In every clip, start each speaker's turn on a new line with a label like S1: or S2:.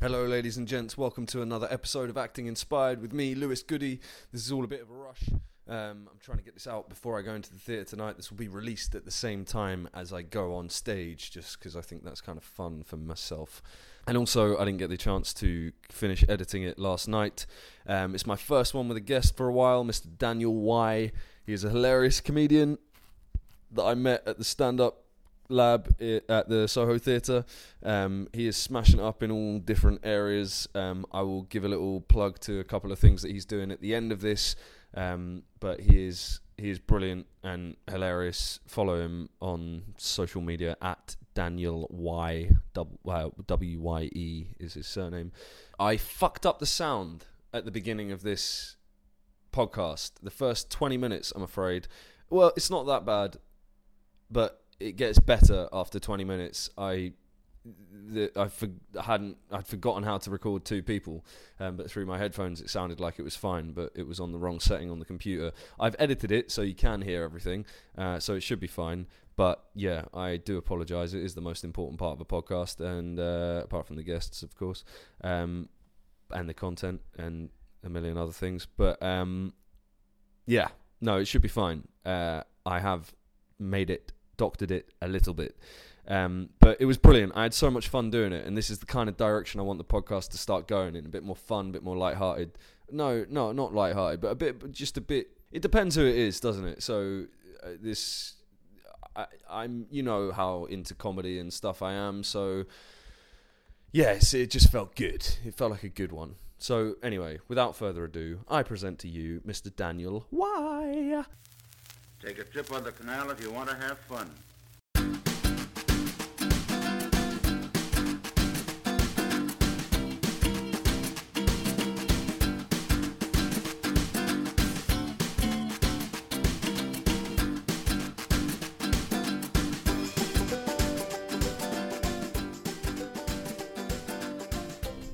S1: Hello, ladies and gents. Welcome to another episode of Acting Inspired with me, Lewis Goody. This is all a bit of a rush. Um, I'm trying to get this out before I go into the theatre tonight. This will be released at the same time as I go on stage, just because I think that's kind of fun for myself. And also, I didn't get the chance to finish editing it last night. Um, it's my first one with a guest for a while, Mr. Daniel Y. He is a hilarious comedian that I met at the stand up lab i- at the Soho Theatre. Um, he is smashing it up in all different areas. Um, I will give a little plug to a couple of things that he's doing at the end of this. Um, but he is he is brilliant and hilarious. Follow him on social media at Daniel Y W- uh, W Y E is his surname. I fucked up the sound at the beginning of this podcast. The first twenty minutes, I'm afraid. Well, it's not that bad, but it gets better after twenty minutes. I the, I for, hadn't I'd forgotten how to record two people, um, but through my headphones it sounded like it was fine, but it was on the wrong setting on the computer. I've edited it so you can hear everything, uh, so it should be fine. But yeah, I do apologise. It is the most important part of a podcast, and uh, apart from the guests, of course, um, and the content and a million other things. But um, yeah, no, it should be fine. Uh, I have made it, doctored it a little bit. Um, but it was brilliant. I had so much fun doing it, and this is the kind of direction I want the podcast to start going in—a bit more fun, a bit more lighthearted. No, no, not lighthearted, but a bit, but just a bit. It depends who it is, doesn't it? So uh, this, I, I'm, you know how into comedy and stuff I am. So yes, it just felt good. It felt like a good one. So anyway, without further ado, I present to you Mr. Daniel Why.
S2: Take a trip on the canal if you want to have fun.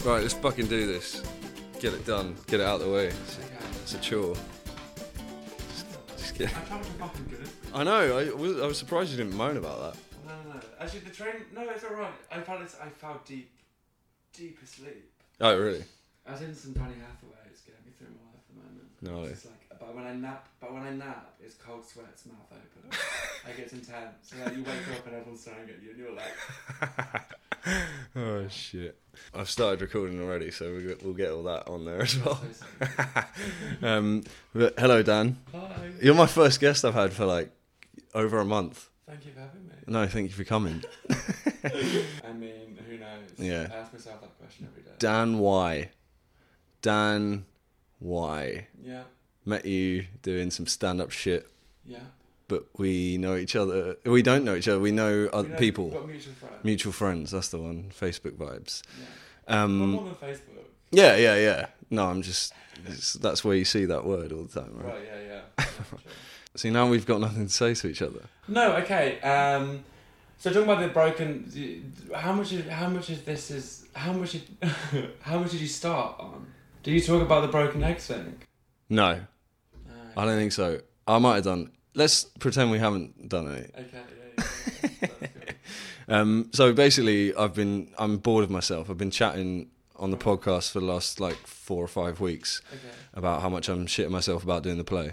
S1: Right, let's fucking do this. Get it done. Get it out of the way. It's a, it's a chore. Just, just get.
S3: I probably fucking good.
S1: I know. I was, I was surprised you didn't moan about that.
S3: No, no, no. Actually, the train. No, it's alright. I fell. as- I fell deep, deep asleep.
S1: Oh, really?
S3: I was in some Penny Hathaway. It's getting me through my life at the moment.
S1: No.
S3: It's just like, but when I nap, but when I nap, it's cold sweats, mouth open. like it's intense. So like, you wake up and everyone's staring at you, and you're like,
S1: Oh shit! I've started recording already, so we'll get, we'll get all that on there as well.
S3: so sorry.
S1: Um, but hello, Dan.
S3: Hi.
S1: You're my first guest I've had for like over a month.
S3: Thank you for having me.
S1: No, thank you for coming.
S3: I mean, who knows?
S1: Yeah.
S3: I ask myself that question every day.
S1: Dan, why? Dan, why?
S3: yeah.
S1: Met you doing some stand-up shit
S3: Yeah.
S1: but we know each other. We don't know each other. We know other
S3: You know,
S1: people,
S3: we've Got mutual friends.
S1: mutual friends. That's the one. Facebook vibes.
S3: yeah. I'm
S1: Um,
S3: on Facebook.
S1: yeah, yeah, yeah. No, I'm just. It's, that's where you see that word all the time, right?
S3: Right. Yeah. Yeah. yeah sure.
S1: See, now we've got nothing to say to each other.
S3: No, okay. Um, so talking about the broken, how much? Is, how much of this is? How much? Is, how much did you start on? Do you talk about the broken egg thing?
S1: No,
S3: No.
S1: I don't think so. I might have done. Let's pretend we haven't done any.
S3: Okay. Yeah, yeah, yeah, yeah. That's good.
S1: Um, so basically, I've been. I'm bored of myself. I've been chatting on the podcast for the last like four or five weeks
S3: Okay.
S1: about how much I'm shitting myself about doing the play,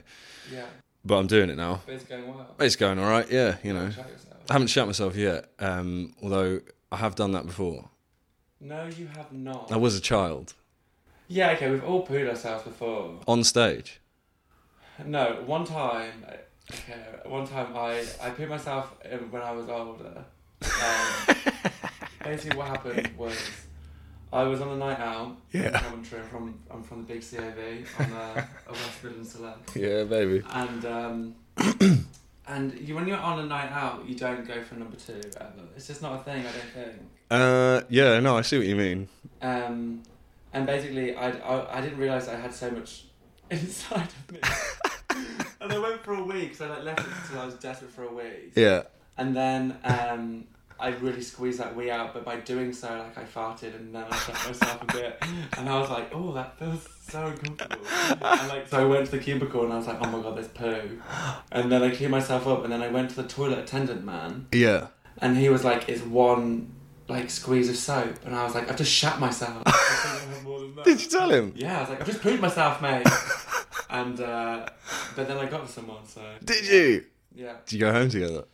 S3: Yeah.
S1: but I'm doing it now.
S3: But it's going well.
S1: It's going all right. Yeah, you know.
S3: Shout yourself.
S1: I haven't shut myself yet, um, although I have done that before.
S3: No, you have not.
S1: I was a child
S3: Yeah. Okay. We've all pooed ourselves before.
S1: on stage.
S3: No. One time. Okay. One time I I pooed myself uh, when I was older. Um, basically, what happened was I was on a night out.
S1: Yeah.
S3: Coventry. I'm from I'm from the big CAV. I'm a, a uh, West Midlands celeb.
S1: Yeah, baby.
S3: And um, and you, when you're on a night out, you don't go for number two ever. It's just not a thing. I don't think.
S1: Uh, yeah, no, I see what you mean.
S3: Um, and basically, I, I, I didn't realize I had so much inside of me. and I went for a week. So I like left it until I was desperate for a week.
S1: Yeah.
S3: And then um, I really squeezed that wee out, but by doing so, like I farted and then I shut myself a bit, and I was like, "Oh, that feels so uncomfortable." And like, so I went to the cubicle and I was like, "Oh my god, there's poo," and then I cleaned myself up, and then I went to the toilet attendant man,
S1: Yeah.
S3: and he was like, "It's one like squeeze of soap, and I was like, I've just shat myself. I think I have more than that.
S1: Did you tell him?
S3: Yeah, I was like, I've just pooed myself, mate. and uh, but then I got to someone, so
S1: Did you?
S3: yeah.
S1: Did you go home together?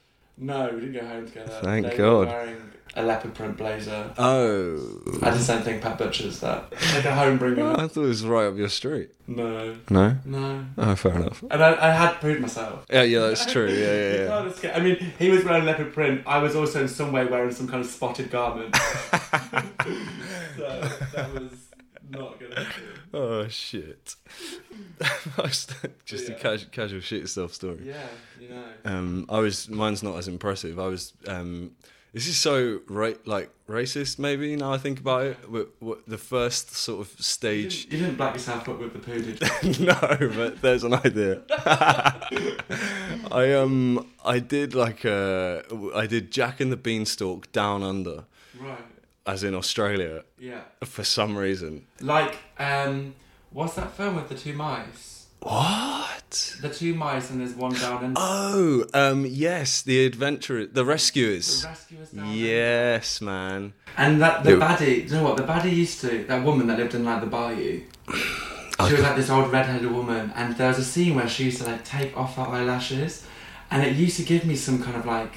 S3: No, we didn't go home together.
S1: Thank
S3: they
S1: God.
S3: Were wearing a leopard print blazer.
S1: Oh.
S3: I just don't think Pat Butcher's that. Like a home bringer.
S1: I thought it was right up your street.
S3: No,
S1: No?
S3: no.
S1: Oh, fair enough.
S3: And I, I had pooed myself.
S1: Yeah, yeah, that's true. Yeah, yeah,
S3: You
S1: yeah.
S3: can't escape- I mean, he was wearing leopard print. I was also in some way wearing some kind of spotted garment. so that was not good.
S1: Oh shit! Just a
S3: Yeah.
S1: casual, casual shit stuff story.
S3: Yeah, you know.
S1: Um, I was mine's not as impressive. I was. Um, this is so ra- like racist. Maybe now I think about it. But, what, the first sort of
S3: You
S1: stage.
S3: didn't, you didn't black yourself up with the poo, did you?
S1: no, but there's an idea. I um I did like uh I did Jack and the Beanstalk Down Under,
S3: Right.
S1: as in Australia,
S3: Yeah.
S1: for some reason.
S3: Like, um, what's that film with the two mice?
S1: What?
S3: The two mice and there's one down and
S1: Oh, um, yes, the adventure, the
S3: the
S1: rescuers.
S3: rescuers down.
S1: Yes, man.
S3: And that the
S1: Who?
S3: baddie, do you know what? The baddie used to that woman that lived in like the bayou.
S1: Oh,
S3: She was like this old redheaded woman, and there was a scene where she used to like take off her eyelashes, and it used to give me some kind of like,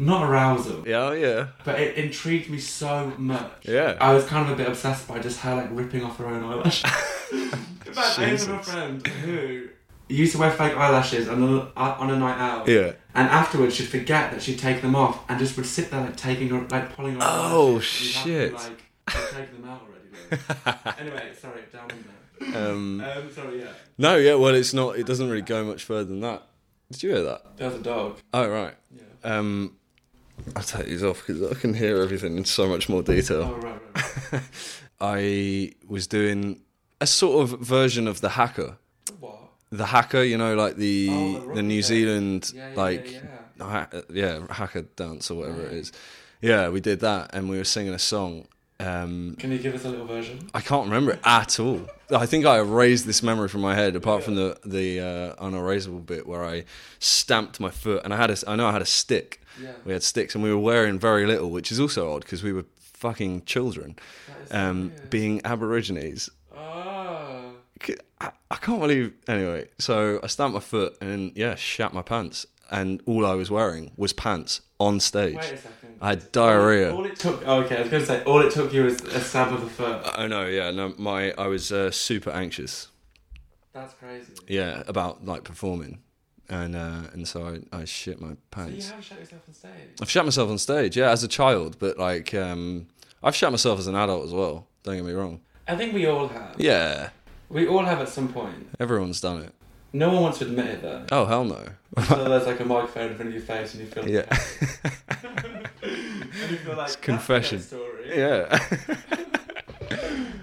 S3: not arousal,
S1: Yeah, oh, yeah.
S3: but it intrigued me so much.
S1: Yeah.
S3: I was kind of a bit obsessed by just her like ripping off her own eyelashes. in fact, I even have a
S1: Jesus.
S3: friend who used to wear fake eyelashes on a, on a night out.
S1: Yeah.
S3: And afterwards, she'd forget that she'd take them off and just would sit there, like taking her, like pulling her.
S1: Oh,
S3: eyelashes.
S1: shit.
S3: You'd have to, like, take them out already. Though. anyway, sorry, down in
S1: Um,
S3: there. Um, sorry, yeah.
S1: no, yeah, well, it's not, it doesn't really go much further than that. Did you hear that?
S3: There's a dog.
S1: Oh, right.
S3: Yeah.
S1: Um, I'll take these off because I can hear everything in so much more detail.
S3: Oh right, right. right.
S1: I was doing a sort of version of the hacker.
S3: what?
S1: The hacker, you know, like the
S3: Oh, the
S1: the,
S3: rock
S1: New
S3: guy.
S1: Zealand,
S3: Yeah, yeah,
S1: like
S3: yeah,
S1: ha- yeah, hacker dance or whatever it is. Yeah, we did that, and we were singing a song. Um,
S3: Can you give us a little version?
S1: I can't remember it at all. I think I erased this memory from my head, apart from the the uh, unerasable bit where I stamped my foot, and I had a, I know I had a stick.
S3: Yeah.
S1: We had sticks, and we were wearing very little, which is also odd because we were fucking children,
S3: That is so
S1: um,
S3: weird.
S1: being Aborigines.
S3: Ah.
S1: I, I can't believe. Anyway, so I stamped my foot and yeah, shat my pants, and all I was wearing was pants on stage.
S3: Wait a second.
S1: I had diarrhea.
S3: All it took. Oh, okay, I was going to say all it took you was a stab of the foot.
S1: oh no, yeah, no, my I was uh, super anxious.
S3: That's crazy.
S1: Yeah, about like performing, and uh, and so I, I shit my
S3: So you
S1: pants.
S3: have shot yourself on stage.
S1: I've shat myself on stage, yeah, as a child, but like um, I've shat myself as an adult as well. Don't get me wrong.
S3: I think we all have.
S1: Yeah,
S3: We all have at some point.
S1: everyone's done it.
S3: No one wants to admit it though.
S1: Oh hell no.
S3: So there's like a microphone in front of your face and you feel
S1: yeah,
S3: and you feel like, "That's a
S1: confession.
S3: good story.
S1: yeah.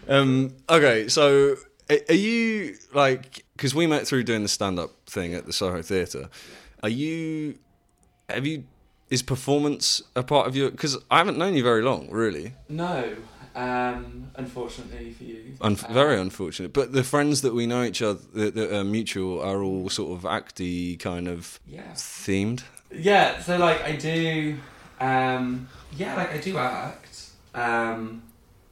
S1: um. Okay, so a- are you like because we met through doing the stand-up thing at the Soho Theatre? Are you? Have you? Is performance a part of your? Because I haven't known you very long, really.
S3: No, um, unfortunately for you.
S1: Un-
S3: Um,
S1: very unfortunate. But the friends that we know each other that, that are mutual are all sort of acty kind of
S3: Yeah.
S1: themed.
S3: Yeah. So like I do, um, yeah, like I do act. Um,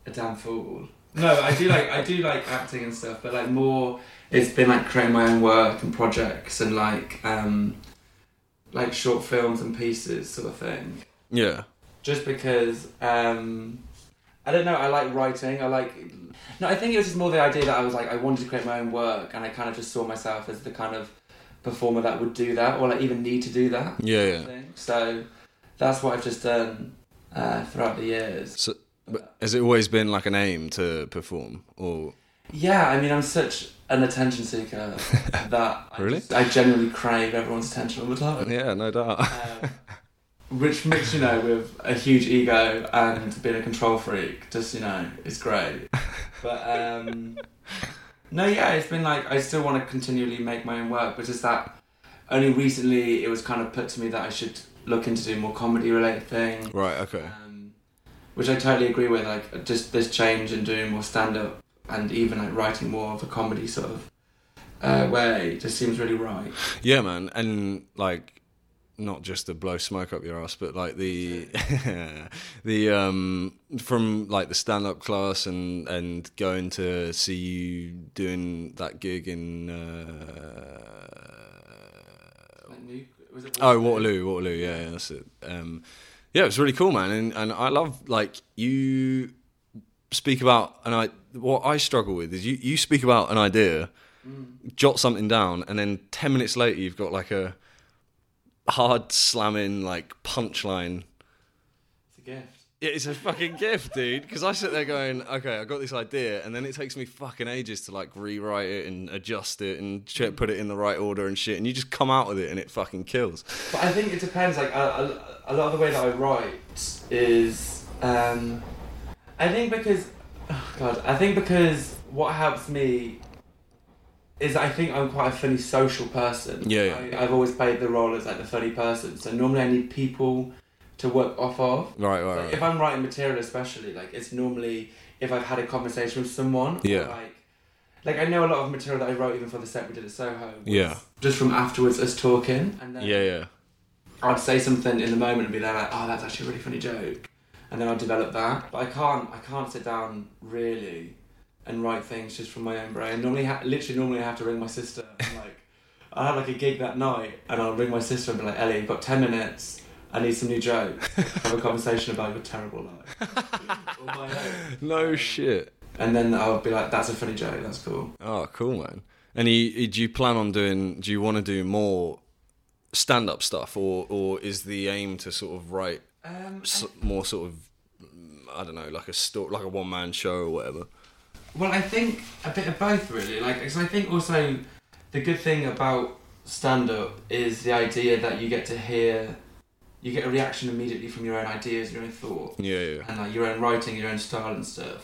S3: a damn fool. No, I do like I do like acting and stuff, but like more, it's been like creating my own work and projects and like um, like short films and pieces sort of thing.
S1: Yeah.
S3: just because um, I don't know. I like writing. I like. No, I think it was just more the idea that I was like I wanted to create my own work, and I kind of just saw myself as the kind of performer that would do that, or like even need to do that.
S1: Yeah. Yeah.
S3: thing. So that's what I've just done uh, throughout the years.
S1: So, but has it always been like an aim to perform, or
S3: Yeah, I mean, I'm such an attention seeker that I
S1: Really?
S3: just- I genuinely crave everyone's attention all the time.
S1: yeah, no doubt.
S3: Um, which mixed, you know, with a huge ego and being a control freak, just you know, is great. But um, no, yeah, it's been like I still want to continually make my own work, but just that only recently it was kind of put to me that I should look into doing more comedy related things,
S1: Right. Okay.
S3: um, which I totally agree with. Like just this change and doing more stand up and even like writing more of a comedy
S1: Mm.
S3: sort of uh, way just seems really right.
S1: Yeah, man, and like not just to blow smoke up your ass, but like the the um from like the stand up class and and going to see you doing that gig in uh,
S3: Like New, was it
S1: Oh, Waterloo, Waterloo, yeah, yeah, that's it. Um, yeah, it was really cool, man, and and I love like you speak about and I what I struggle with is you you speak about an idea, jot something down, and then ten minutes later you've got like a hard slamming like punchline.
S3: It's a gift.
S1: Yeah, It's a fucking gift, dude. Because I sit there going, okay, I got this idea, and then it takes me fucking ages to like rewrite it and adjust it and ch- put it in the right order and shit. And you just come out with it, and it fucking kills.
S3: But I think it depends. Like a, a, a lot of the way that I write is, um, I think because, oh God, I think because what helps me is I think I'm quite a funny social person.
S1: Yeah, yeah.
S3: I, I've always played the role as like the funny person, so normally I need people to work off of.
S1: Right, right, right.
S3: Like, if I'm writing material, especially, like it's normally if I've had a conversation with someone. or,
S1: Yeah.
S3: like, like I know a lot of material that I wrote even for the set we did at Soho. was
S1: Yeah.
S3: Just from afterwards, us talking, and then
S1: Yeah, yeah.
S3: I'd say something in the moment and be like, "Oh, that's actually a really funny joke," and then I'll develop that. But I can't, I can't sit down really and write things just from my own brain. Normally, ha- literally, normally I have to ring my sister. And like, I have like a gig that night, and I'll ring my sister and be like, "Ellie, you've got ten minutes. I need some new jokes. have a conversation about your terrible life." Or my own.
S1: No shit.
S3: and then I'll be like, "That's a funny joke. That's cool."
S1: Oh, cool, man. And you, you- do you plan on doing? Do you want to do more stand-up stuff, or or is the aim to sort of write
S3: Um,
S1: s- more sort of mm, I don't know, like a sto- like a one-man show or whatever?
S3: Well, I think a bit of both, really. Like, 'cause I think also the good thing about stand up is the idea that you get to hear, you get a reaction immediately from your own ideas, your own thought,
S1: Yeah, yeah,
S3: and like your own writing, your own style and stuff.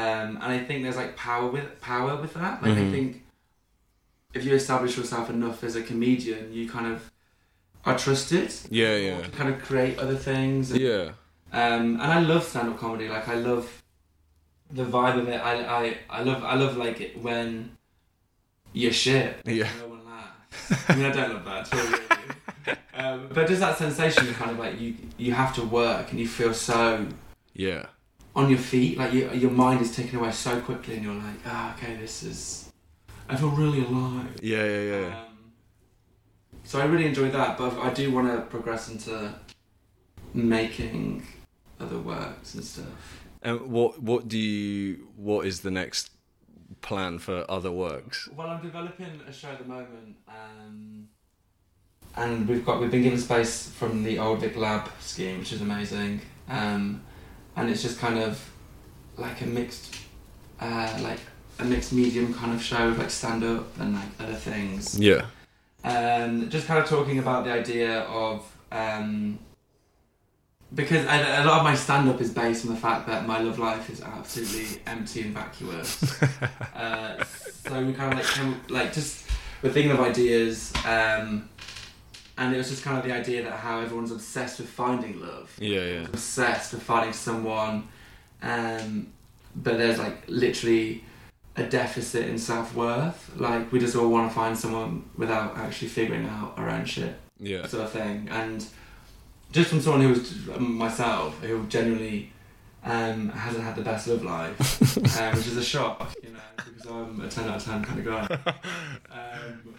S3: Um, and I think there's like power with power with that. Like, I
S1: Mhm.
S3: think if you establish yourself enough as a comedian, you kind of are trusted.
S1: yeah, yeah,
S3: To kind of create other things. and-
S1: yeah.
S3: um, and I love stand-up comedy. Like I love the vibe of it. I, I, I love I love like it when you're shit.
S1: Yeah.
S3: No one laughs. I mean, I don't love that at all. Really. um, but just that sensation of kind of like you you have to work and you feel so
S1: yeah.
S3: on your feet. Like you, your mind is taken away so quickly, and you're like, ah, okay, this is. I feel really alive.
S1: Yeah, yeah, yeah.
S3: Um, so I really enjoy that, but I do want to progress into making other works and stuff.
S1: And what what do you what is the next plan for other works?
S3: Well, I'm developing a show at the moment, um, and we've got we've been given space from the old Vic Lab scheme, which is amazing, um, and it's just kind of like a mixed, uh, like a mixed medium kind of show with like stand up and like other things.
S1: Yeah,
S3: um, just kind of talking about the idea of um, because a, a lot of my stand up is based on the fact that my love life is absolutely empty and vacuous. uh, so we kind of like came, like just we're thinking of ideas, um, and it was just kind of the idea that how everyone's obsessed with finding love
S1: yeah, yeah.
S3: obsessed with finding someone, um, but there's like literally a deficit in self worth. Like we just all want to find someone without actually figuring out our own shit
S1: Yeah,
S3: sort of thing. And just from someone who was um, myself, who genuinely um, hasn't had the best love life, um, which is a shock, you know, because I'm a 10 out of 10 kind of guy. Um,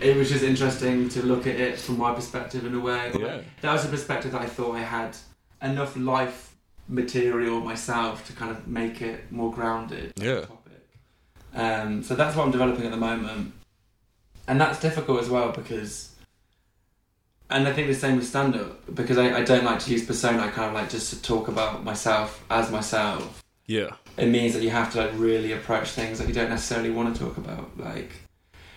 S3: it was just interesting to look at it from my perspective in a way.
S1: Yeah.
S3: That was a perspective that I thought I had enough life material myself to kind of make it more grounded
S1: yeah.
S3: topic. Um, so that's what I'm developing at the moment, and that's difficult as well because, and I think the same with stand up because I, I don't like to use persona. I kind of like just to talk about myself as myself.
S1: Yeah,
S3: It means that you have to like really approach things that you don't necessarily want to talk about, like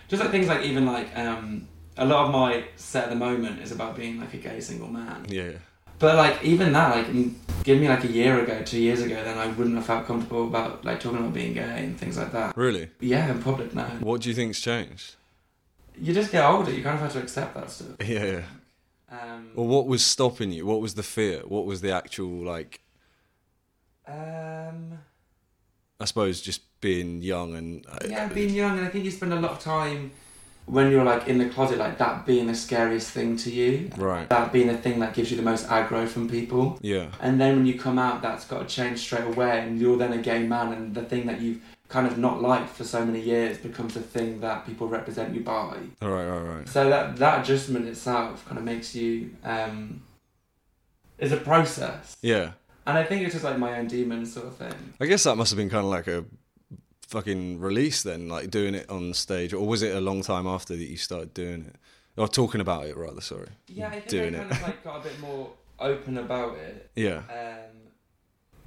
S3: just like things like even like um, a lot of my set at the moment is about being like a gay single man.
S1: yeah,
S3: But like even that, like m- give me like a year ago, two years ago, then I wouldn't have felt comfortable about like talking about being gay and things like that.
S1: really.
S3: Yeah, in public now.
S1: What do you think's changed?
S3: You just get older. You kind of have to accept that stuff.
S1: Yeah, yeah.
S3: Um,
S1: Well, what was stopping you? What was the fear? What was the actual like?
S3: um,
S1: I suppose just being young and uh,
S3: yeah, being young, and I think you spend a lot of time when you're like in the closet, like that being the scariest thing to you,
S1: Right.
S3: that being the thing that gives you the most aggro from people.
S1: Yeah.
S3: And then when you come out, that's got to change straight away, and you're then a gay man, and the thing that you've kind of not liked for so many years becomes the thing that people represent you by.
S1: All right. All right.
S3: So that that adjustment itself kind of makes you. Um, is a process,
S1: Yeah.
S3: and I think it's just like my own demon sort of thing.
S1: I guess that must have been kind of like a fucking release then, like doing it on stage, or was it a long time after that you started doing it or talking about it rather? Sorry.
S3: Yeah, I think
S1: Doing
S3: I
S1: it.
S3: kind of like got a bit more open about it.
S1: Yeah.
S3: Um,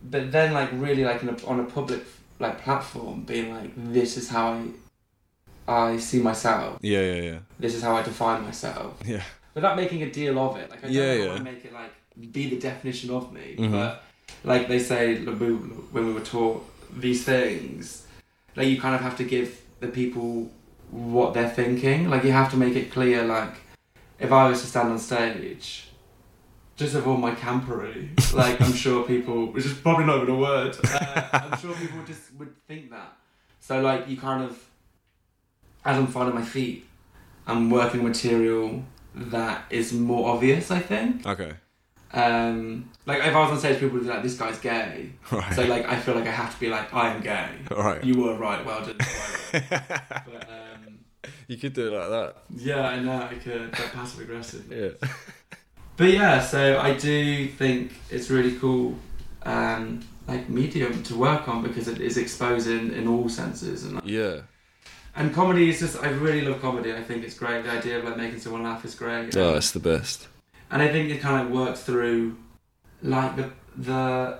S3: but then, like, really, like, in a, on a public like platform, being like, "This is how I, I see myself.
S1: Yeah. Yeah. Yeah.
S3: This is how I define myself,"
S1: Yeah.
S3: without making a deal of it. Like, I don't
S1: Yeah,
S3: know
S1: yeah.
S3: how to make it like be the definition of me.
S1: Mhm.
S3: But like they say, like, we- when we were taught these things, like you kind of have to give the people what they're thinking. Like, you have to make it clear. Like, if I was to stand on stage just of all my campery, like I'm sure people, which is probably not even a word, uh, I'm sure people would just would think that. So like you kind of, as I'm finding my feet, I'm working material that is more obvious. I think.
S1: Okay.
S3: Um, like if I was on stage, people would be like, "This guy's gay."
S1: Right.
S3: So like I feel like I have to be like, "I am gay."
S1: all right.
S3: You were right. Well done. but um,
S1: You could do it like that.
S3: yeah, I know I could. That passive aggressive.
S1: Yeah.
S3: But yeah, so I do think it's really cool, um, like medium to work on because it is exposing in all senses and
S1: Yeah.
S3: and comedy is just I really love comedy. I think it's great. The idea of like making someone laugh is great.
S1: Oh, it's the best.
S3: And I think it kind of works through like the the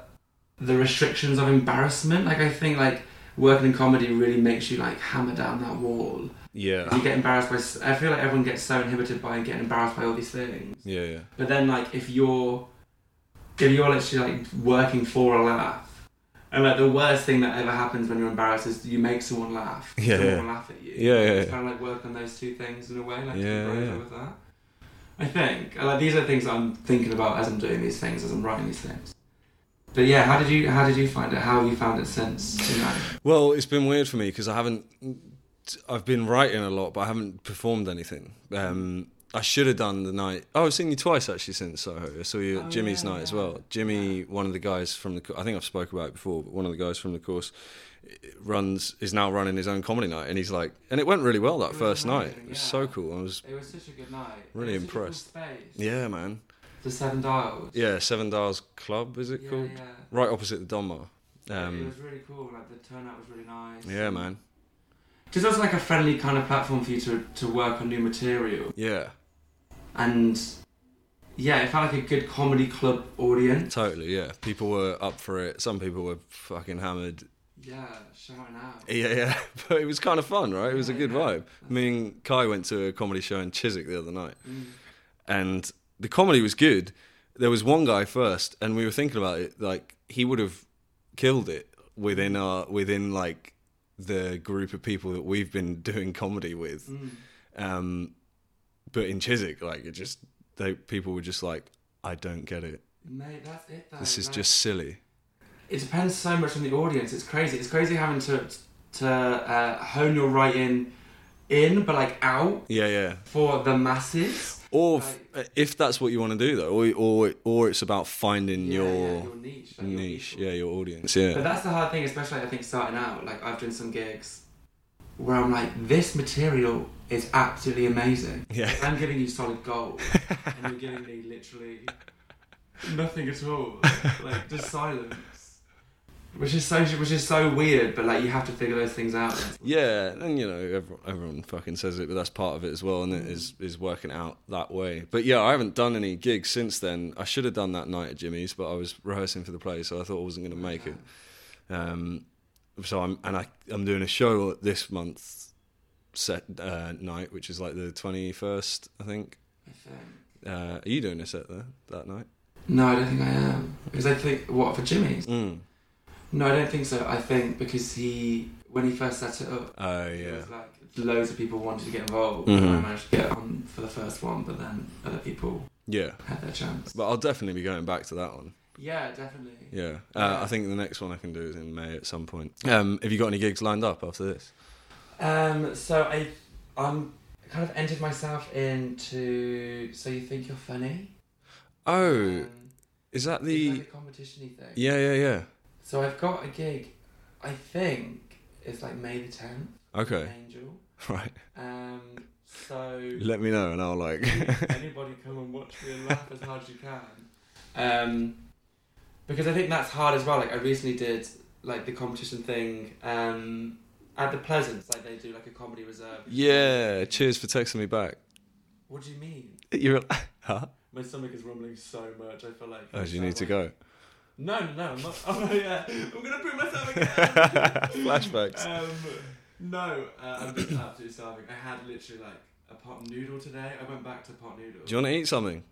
S3: the restrictions of embarrassment. Like I think like working in comedy really makes you like hammer down that wall.
S1: Yeah.
S3: You get embarrassed by. s- I feel like everyone gets so inhibited by getting embarrassed by all these things.
S1: Yeah. Yeah.
S3: But then, like, if you're if you're literally like working for a laugh, and like the worst thing that ever happens when you're embarrassed is you make someone laugh.
S1: Yeah,
S3: someone
S1: yeah.
S3: will laugh at you.
S1: Yeah, yeah,
S3: It's
S1: yeah.
S3: kind of like work on those two things in a way, like
S1: Yeah,
S3: yeah,
S1: yeah.
S3: with that. I think And, like these are things I'm thinking about as I'm doing these things, as I'm writing these things. But yeah, how did you how did you find it? How have you found it since? You know?
S1: Well, it's been weird for me because I haven't. I've been writing a lot, but I haven't performed anything. Um, I should have done the night. Oh, I've seen you twice actually since Soho. I saw you at
S3: Oh,
S1: Jimmy's
S3: yeah,
S1: night as
S3: yeah.
S1: well. Jimmy, one of the guys from the. co- I think I've spoke about it before, but one of the guys from the course runs is now running his own comedy night, and he's like, and it went really well that
S3: was
S1: first night.
S3: amazing,
S1: It was
S3: yeah.
S1: so cool. I was,
S3: It was such a good night.
S1: Really
S3: It was such a cool
S1: impressed.
S3: space.
S1: yeah, man,
S3: The Seven Dials.
S1: yeah. Seven Dials Club is it
S3: Yeah,
S1: called?
S3: yeah.
S1: Right opposite the Donmar.
S3: it
S1: Um,
S3: was really cool. Like the turnout was really nice.
S1: yeah, man.
S3: Just as like a friendly kind of platform for you to, to work on new material.
S1: Yeah,
S3: And yeah, it felt like a good comedy club audience.
S1: totally. Yeah, people were up for it. Some people were fucking hammered.
S3: Yeah, shouting out.
S1: Yeah, yeah. But it was kind of fun, right? It was a
S3: Yeah,
S1: good
S3: yeah.
S1: vibe. Me and Kai went to a comedy show in Chiswick the other night,
S3: Mm.
S1: and the comedy was good. There was one guy first, and we were thinking about it. Like he would have killed it within our within like the group of people that we've been doing comedy with.
S3: Mm.
S1: Um, but in Chiswick, like it just they people were just like, I don't get it.
S3: Mate, that's it though.
S1: This is
S3: Like,
S1: just silly.
S3: It depends so much on the audience. It's crazy. It's crazy having to to uh, hone your writing in, but like out
S1: Yeah, yeah.
S3: for the masses.
S1: Or f- if that's what you want to do, though, or or, or it's about finding
S3: Yeah,
S1: your,
S3: yeah, your niche. like, your
S1: niche,
S3: people.
S1: yeah, your audience,
S3: But
S1: yeah,
S3: that's the hard thing, especially I think starting out. Like I've done some gigs where I'm like, this material is absolutely amazing.
S1: yeah,
S3: I'm giving you solid gold, and you're giving me literally nothing at all, like just silence. Which is so which is so weird, but like you have to figure those things out.
S1: yeah. And you know, everyone, everyone fucking says it, but that's part of it as well, and it is is working out that way. But yeah, I haven't done any gigs since then. I should have done that night at Jimmy's, but I was rehearsing for the play, so I thought I wasn't going to make it. Um, so I'm and I I'm doing a show this month set uh, night, which is like the twenty first, I think.
S3: I think.
S1: Uh, are you doing a set there that night?
S3: No, I don't think I am because I think what for Jimmy's.
S1: Mm.
S3: No, I don't think so. I think because he when he first set it up,
S1: Oh
S3: It
S1: yeah.
S3: was like loads of people wanted to get involved,
S1: Mhm.
S3: and I managed to get on for the first one, but then other people
S1: Yeah.
S3: had their chance.
S1: But I'll definitely be going back to that one.
S3: Yeah, definitely.
S1: Yeah. Uh,
S3: Yeah.
S1: I think the next one I can do is in May at some point. Um, have you got any gigs lined up after this?
S3: Um, so I, I'm kind of entered myself into So You Think You're Funny.
S1: Oh,
S3: Um,
S1: is that
S3: it's
S1: the?
S3: like a competition thing.
S1: Yeah, yeah, yeah.
S3: So I've got a gig, I think it's like May the 10th.
S1: Okay,
S3: Angel.
S1: right.
S3: Um, so
S1: Let me know, and I'll like.
S3: anybody come and watch me and laugh as hard as you can. Um, because I think that's hard as well. Like I recently did like the competition thing um, at the Pleasance. Like they do like a comedy reserve.
S1: yeah. Cheers for texting me back.
S3: What do you mean?
S1: You're. Huh?
S3: My stomach is rumbling so much. I feel like.
S1: Oh,
S3: I
S1: you
S3: sound
S1: need to
S3: like-
S1: go.
S3: No, no, no. I'm not. Oh no, yeah. I'm gonna prove myself again.
S1: Flashbacks.
S3: Um, no, uh, I'm just absolutely starving. I had literally like a pot noodle today. I went back to pot noodle.
S1: Do you want to eat something?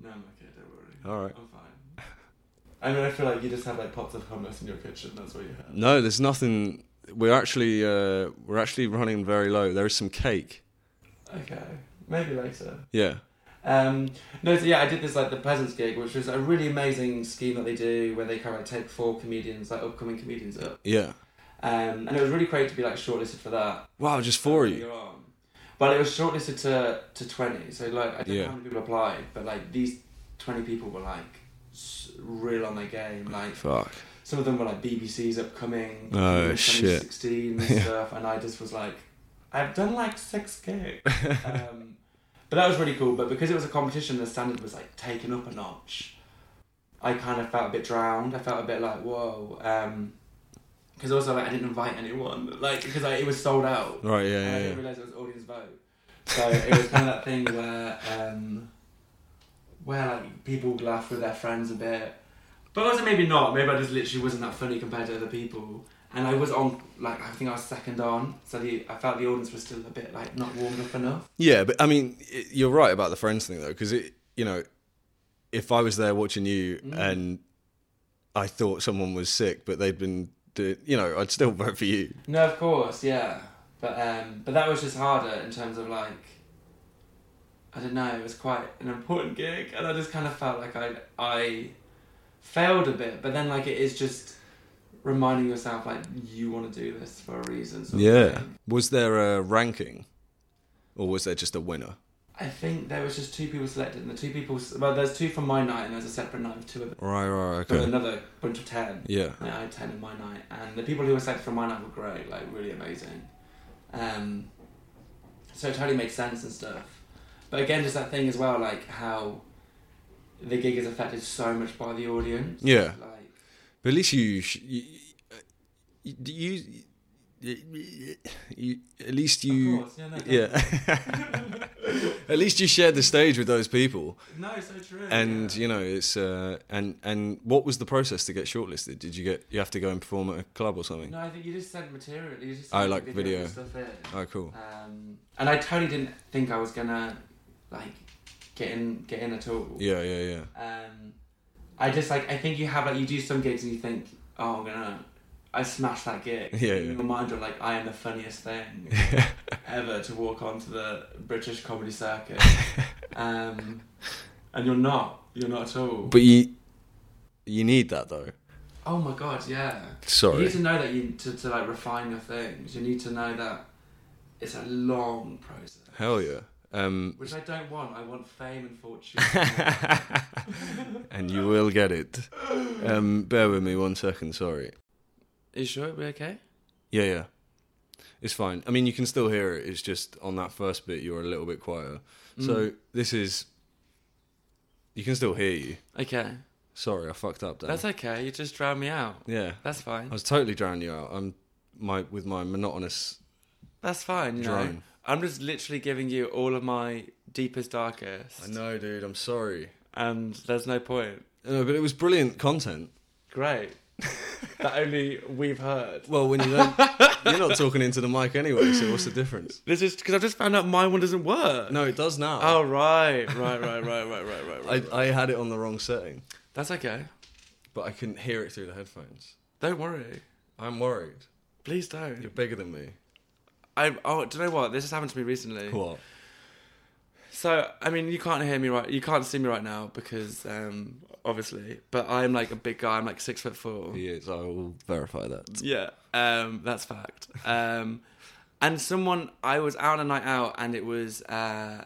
S3: No, I'm okay. Don't worry.
S1: All right.
S3: I'm fine. I mean, I feel like you just have like pots of hummus in your kitchen. That's what you have.
S1: No, there's nothing. We're actually uh, we're actually running very low. There is some cake.
S3: Okay, maybe later.
S1: Yeah.
S3: Um, no, so yeah, I did this like the Pleasance gig, which was a really amazing scheme that they do where they kind of like, take four comedians, like upcoming comedians, up.
S1: Yeah.
S3: Um, and it was really great to be like shortlisted for that.
S1: Wow, just four of you.
S3: Earlier on. But it was shortlisted to to twenty, so like I don't
S1: Yeah.
S3: know how many people applied, but like these twenty people were like s- real on their game, like
S1: Fuck.
S3: some of them were like BBC's upcoming,
S1: Oh, shit.
S3: 2016 and
S1: Yeah.
S3: stuff, and I just was like, I've done like six gigs. um, but that was really cool. But because it was a competition, the standard was like taken up a notch. I kind of felt a bit drowned. I felt a bit like whoa, because also like I didn't invite anyone, like because like, it was sold out.
S1: Right. Yeah.
S3: And I
S1: Yeah.
S3: didn't
S1: yeah.
S3: realize it was audience vote. So it was kind of that thing where, um, where like people would laugh with their friends a bit, but also maybe not. Maybe I just literally wasn't that funny compared to other people. And I was on like I think I was second on, so the I felt the audience was still a bit like not warmed up enough.
S1: Yeah, but I mean, i you're right about the friends thing though, because it, you know, if I was there watching you
S3: Mm.
S1: and I thought someone was sick, but they'd been, do- you know, I'd still vote for you.
S3: No, of course, yeah, but um, but that was just harder in terms of like. I don't know. It was quite an important gig, and I just kind of felt like I I failed a bit. But then like it is just reminding yourself like you want to do this for a reason. sort of thing.
S1: Was there a ranking, or was there just a winner?
S3: I think there was just two people selected, and the two people well, there's two from my night, and there's a separate night of two of them
S1: Right. Right.
S3: from
S1: Okay.
S3: another bunch of ten.
S1: Yeah.
S3: And I had ten in my night, and the people who were selected from my night were great, like really amazing. Um, so it totally made sense and stuff. But again, just that thing as well, like how the gig is affected so much by the audience.
S1: Yeah.
S3: Like,
S1: But at least you, sh- you, you, you, you, you at least
S3: of
S1: you,
S3: course, yeah, no,
S1: yeah. at least you shared the stage with those people,
S3: no, it's so true.
S1: and
S3: yeah.
S1: you know it's uh, and and what was the process to get shortlisted? Did you get you have to go and perform at a club or something?
S3: no, I think you just send material. You just
S1: I
S3: send
S1: like video.
S3: and stuff in.
S1: Oh, cool.
S3: Um, and I totally didn't think I was gonna like get in get in at all.
S1: Yeah, yeah, yeah.
S3: Um, I just like I think you have like you do some gigs and you think, oh, I'm gonna I smash that gig.
S1: Yeah,
S3: And
S1: yeah.
S3: In your mind, you're like, I am the funniest thing ever to walk onto the British comedy circuit. um, and you're not. You're not at all.
S1: But you, you need that though.
S3: oh my god, yeah. You need
S1: Sorry.
S3: to know that you to, to like refine your things. You need to know that it's a long process.
S1: Hell yeah. Um,
S3: Which I don't want. I want fame and fortune.
S1: and you will get it. Um, bear with me one second. Sorry.
S3: you sure it'll be okay?
S1: Yeah, yeah. It's fine. I mean, you can still hear it. It's just on that first bit, you're a little bit quieter.
S3: Mm.
S1: So this is. You can still hear you.
S3: Okay.
S1: Sorry, I fucked up. Dan.
S3: That's okay. You just drowned me out.
S1: yeah.
S3: That's fine.
S1: I was totally drowning you out. I'm my with my monotonous.
S3: That's fine. You know,
S1: Drone.
S3: I'm just literally giving you all of my deepest, darkest,
S1: know, dude. I'm sorry.
S3: and there's no point.
S1: No, but it was brilliant content.
S3: Great. that only we've heard.
S1: Well, when you don't, you're not talking into the mic anyway. So what's the difference?
S3: This is because I've just found out my one doesn't work.
S1: No, it does now.
S3: Oh right, right, right, right, right, right, right, right.
S1: I, I had it on the wrong setting,
S3: That's okay.
S1: but I couldn't hear it through the headphones.
S3: Don't worry.
S1: I'm worried.
S3: Please don't.
S1: You're bigger than me.
S3: I oh, do you know what? This has happened to me recently.
S1: What?
S3: So I mean, you can't hear me right. You can't see me right now because um, obviously. But I'm like a big guy. I'm like six foot four.
S1: He is. I will verify that.
S3: Yeah, um, that's fact. Um, And someone, I was out on a night out, and it was uh,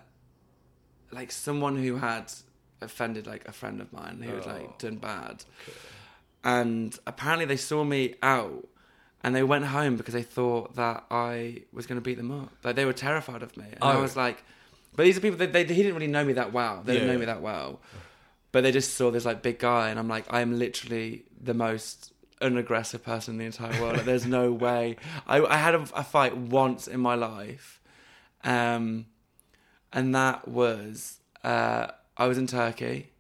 S3: like someone who had offended like a friend of mine who had like done bad. And apparently, they saw me out, and they went home because they thought that I was going to beat them up. Like they were terrified of me, and I
S1: Oh.
S3: was like, "But these are people that they, he didn't really know me that well. They didn't
S1: Yeah.
S3: know me that well." But they just saw this like big guy, and I'm like, I'm literally the most unaggressive person in the entire world. Like, there's no way. I, I had a, a fight once in my life, um, and that was uh, I was in Turkey